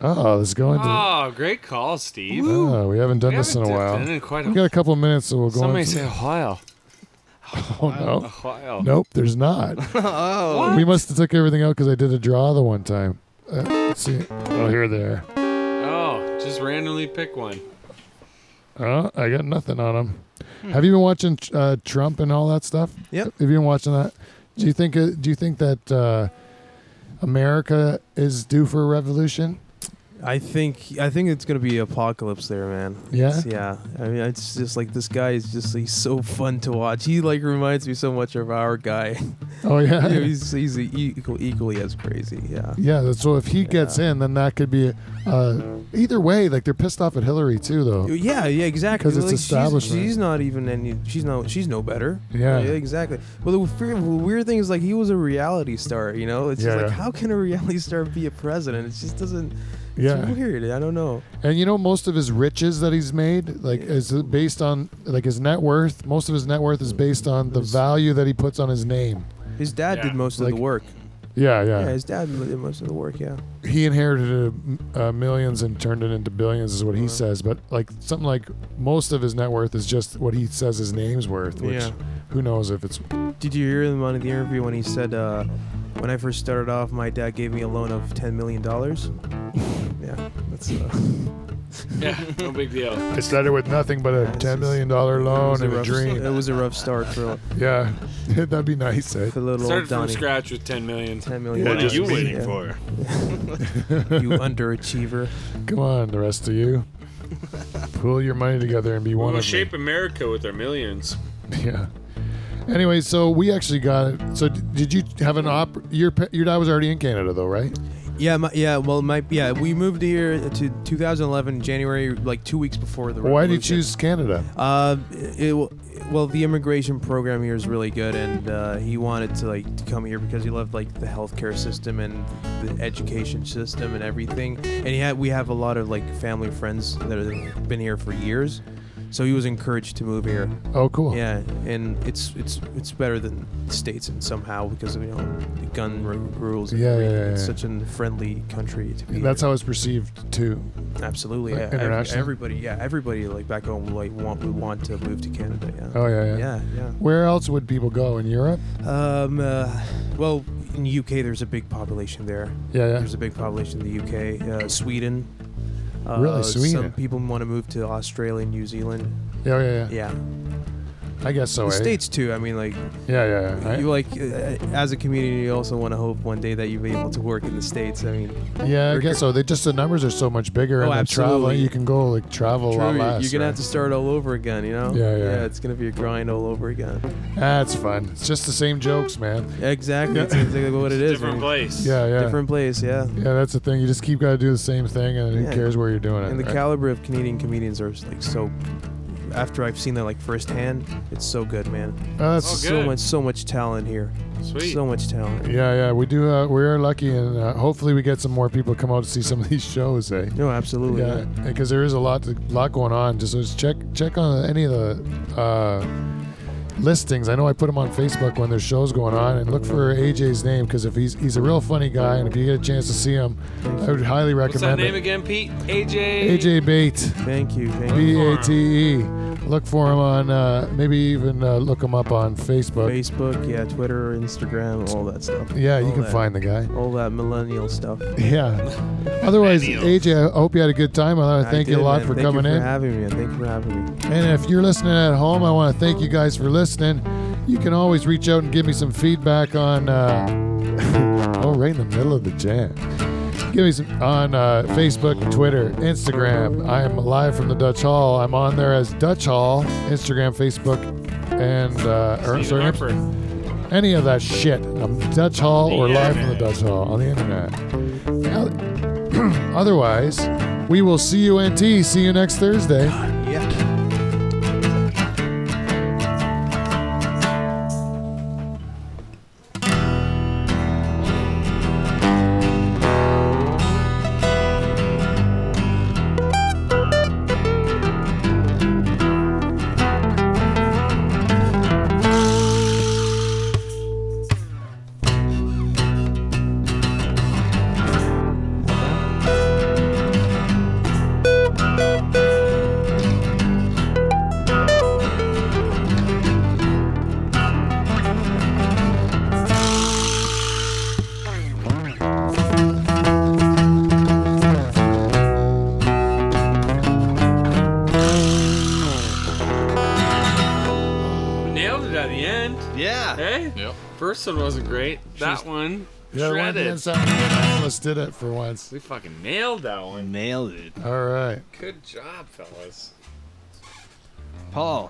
Speaker 2: Oh, let's go into.
Speaker 3: Oh, great call, Steve.
Speaker 2: Oh, we haven't done
Speaker 3: We
Speaker 2: this in a
Speaker 3: haven't
Speaker 2: while.
Speaker 3: dipped in in quite a
Speaker 2: We've got a couple of minutes, so we'll go.
Speaker 3: Somebody
Speaker 2: into-
Speaker 3: say a while.
Speaker 2: oh
Speaker 3: A
Speaker 2: no,
Speaker 3: while.
Speaker 2: nope, there's not.
Speaker 5: Oh,
Speaker 2: We must have took everything out because I did a draw the one time. Uh, let's see. Oh, here they are.
Speaker 3: Oh, just randomly pick one.
Speaker 2: Oh, I got nothing on them. Have you been watching uh, Trump and all that stuff?
Speaker 6: Yep.
Speaker 2: Have you been watching that? Do you think? Uh, do you think that uh, America is due for a revolution?
Speaker 6: I think I think it's gonna be apocalypse there, man.
Speaker 2: Yeah?
Speaker 6: It's- yeah. I mean, it's just like this guy is just he's so fun to watch. He like reminds me so much of our guy.
Speaker 2: Oh yeah.
Speaker 6: Yeah, he's he's equal, equally as crazy. Yeah.
Speaker 2: yeah. that's- So if he gets
Speaker 6: Yeah.
Speaker 2: in, then that could be. Uh, either way, like they're pissed off at Hillary too, though.
Speaker 6: Yeah, yeah, exactly.
Speaker 2: 'Cause it's
Speaker 6: Like, she's-
Speaker 2: establishment.
Speaker 6: She's, not even any. She's not. She's no better.
Speaker 2: Yeah.
Speaker 6: exactly. Well, the weird, the weird thing is like he was a reality star. You know, it's
Speaker 2: Yeah,
Speaker 6: just like
Speaker 2: yeah.
Speaker 6: how can a reality star be a president? It just doesn't.
Speaker 2: Yeah.
Speaker 6: It's weird. I don't know.
Speaker 2: And you know, most of his riches that he's made, like,
Speaker 6: Yeah.
Speaker 2: is based on like his net worth. Most of his net worth
Speaker 6: Mm-hmm.
Speaker 2: is based on the
Speaker 6: His-
Speaker 2: value that he puts on his name.
Speaker 6: His dad
Speaker 3: Yeah.
Speaker 6: did most
Speaker 2: Like-
Speaker 6: of the work.
Speaker 2: Yeah,
Speaker 6: Yeah,
Speaker 2: yeah.
Speaker 6: his dad did most of the work. Yeah.
Speaker 2: he inherited uh, uh, millions and turned it into billions, is what he
Speaker 6: Mhm.
Speaker 2: says. But like something like most of his net worth is just what he says his name's worth. Which
Speaker 6: Yeah.
Speaker 2: who knows if it's
Speaker 6: Did you hear him on the interview when he said, uh, "When I first started off, my dad gave me a loan of ten million dollars." yeah, that's. Uh,
Speaker 3: Yeah, no big deal.
Speaker 2: I started with nothing but a
Speaker 6: That's
Speaker 2: ten
Speaker 6: just-
Speaker 2: million dollar
Speaker 6: it
Speaker 2: loan
Speaker 6: was
Speaker 2: and a
Speaker 6: rough,
Speaker 2: dream.
Speaker 6: It was a rough start for,
Speaker 2: Yeah, that'd be nice. Eh?
Speaker 6: for little
Speaker 3: Started
Speaker 6: old
Speaker 3: from
Speaker 6: Donnie.
Speaker 3: scratch with 10 million.
Speaker 6: Ten million.
Speaker 2: What are
Speaker 6: dollars.
Speaker 2: you
Speaker 6: Yeah.
Speaker 5: for?
Speaker 6: you underachiever.
Speaker 2: Come on, the rest of you, pull your money together and be
Speaker 3: We
Speaker 2: one
Speaker 3: will
Speaker 2: of them.
Speaker 3: shape America with our millions.
Speaker 2: Yeah. Anyway, so we actually got it. So d- did you have an op? Your pa- your dad was already in Canada though, right?
Speaker 6: Yeah, my, yeah. Well, my yeah. We moved here to 2011 January, like two weeks before the.
Speaker 2: Why did you
Speaker 6: revolution.
Speaker 2: choose Canada?
Speaker 6: Uh, it, it- well, the immigration program here is really good, and uh, he wanted to like to come here because he loved like the healthcare system and the education system and everything. And he had we have a lot of like family friends that have been here for years, So he was encouraged to move here.
Speaker 2: Oh, cool.
Speaker 6: Yeah, and it's it's it's better than the states and somehow because of you know the gun r- rules. and
Speaker 2: Yeah,
Speaker 6: everything.
Speaker 2: yeah, yeah,
Speaker 6: It's
Speaker 2: yeah.
Speaker 6: such a friendly country to be.
Speaker 2: And that's
Speaker 6: in.
Speaker 2: how it's perceived too.
Speaker 6: absolutely
Speaker 2: like,
Speaker 6: yeah. Ev-
Speaker 2: internationally?
Speaker 6: Everybody, yeah, everybody like back home like want would want to move to Canada. Yeah.
Speaker 2: Oh yeah, yeah.
Speaker 6: yeah, yeah.
Speaker 2: Where else would people go in Europe?
Speaker 6: Um, uh, well, in the UK, there's a big population there.
Speaker 2: Yeah, yeah.
Speaker 6: There's a big population in the UK. Uh, Sweden. Uh,
Speaker 2: Really? Sweden?
Speaker 6: Some people want to move to Australia, New Zealand.
Speaker 2: Yeah, yeah, yeah.
Speaker 6: Yeah,
Speaker 2: I guess so.
Speaker 6: the
Speaker 2: eh?
Speaker 6: states too. I mean, like
Speaker 2: Yeah, yeah. yeah.
Speaker 6: you like uh, as a community, you also want to hope one day that you'll be able to work in the states. I mean,
Speaker 2: yeah, I
Speaker 6: Or-
Speaker 2: guess so. They just the numbers are so much bigger,
Speaker 6: Oh,
Speaker 2: and the traveling
Speaker 6: absolutely.
Speaker 2: you can go like travel a
Speaker 6: true,
Speaker 2: lot
Speaker 6: you're
Speaker 2: less.
Speaker 6: gonna have to start all over again. You know?
Speaker 2: Yeah, yeah.
Speaker 6: Yeah, it's gonna be a grind all over again.
Speaker 2: That's fun. It's just the same jokes, man.
Speaker 6: Exactly.
Speaker 2: Yeah.
Speaker 6: It's exactly what it is.
Speaker 3: Different
Speaker 6: man.
Speaker 3: place.
Speaker 2: Yeah, yeah.
Speaker 6: Different place. Yeah.
Speaker 2: Yeah, that's the thing. You just keep got to do the same thing, and who
Speaker 6: Yeah.
Speaker 2: cares where you're doing it?
Speaker 6: And the
Speaker 2: right?
Speaker 6: caliber of Canadian comedians are like so. After I've seen that like firsthand, it's so good, man.
Speaker 2: Oh, that's-
Speaker 3: Oh,
Speaker 6: So
Speaker 3: Good.
Speaker 6: much, so much talent here.
Speaker 3: Sweet.
Speaker 6: So much talent.
Speaker 2: Yeah, yeah. We do. Uh, we are lucky, and uh, hopefully, we get some more people come out to see some of these shows. Eh?
Speaker 6: No, absolutely.
Speaker 2: Yeah, because there is a lot, to, lot going on. Just, just check, check on any of the uh, listings. I know I put them on Facebook when there's shows going on, and look for AJ's name because if he's he's a real funny guy, and if you get a chance to see him, I would highly
Speaker 3: What's that
Speaker 2: recommend
Speaker 3: name
Speaker 2: it.
Speaker 3: again, Pete? AJ.
Speaker 2: AJ Bate,
Speaker 6: Thank you. Thank you.
Speaker 2: B A T E. Look for him on, uh, maybe even uh, look him up on Facebook.
Speaker 6: Facebook, yeah, Twitter, Instagram, all that stuff.
Speaker 2: uh, Yeah, you
Speaker 6: All
Speaker 2: can
Speaker 6: that-
Speaker 2: find the guy.
Speaker 6: all that millennial stuff.
Speaker 2: Yeah. Otherwise, AJ, I hope you had a good time. I want to
Speaker 6: I
Speaker 2: thank you
Speaker 6: did,
Speaker 2: a lot
Speaker 6: man.
Speaker 2: for
Speaker 6: Thank
Speaker 2: coming
Speaker 6: you
Speaker 2: in.
Speaker 6: For having me. and Thank you for having me.
Speaker 2: And if you're listening at home, I want to thank you guys for listening. You can always reach out and give me some feedback on. Uh, oh, right in the middle of the jam. Give me some on uh, Facebook, Twitter, Instagram. I am live from the Dutch Hall. I'm on there as Dutch Hall, Instagram, Facebook, and uh, or, sorry, any of that shit. I'm Dutch Hall or live from the Dutch Hall on the internet. Now- Otherwise, we will see you NT. See you next Thursday.
Speaker 6: Yeah.
Speaker 3: Nailed it at the end.
Speaker 5: Yeah.
Speaker 3: Hey.
Speaker 7: Yep.
Speaker 3: First one wasn't great. That one
Speaker 2: Yeah, one
Speaker 3: shredded.
Speaker 2: dance out. I almost did it for once.
Speaker 3: we fucking nailed that one.
Speaker 5: Nailed it.
Speaker 2: All right.
Speaker 3: Good job, fellas.
Speaker 5: Paul,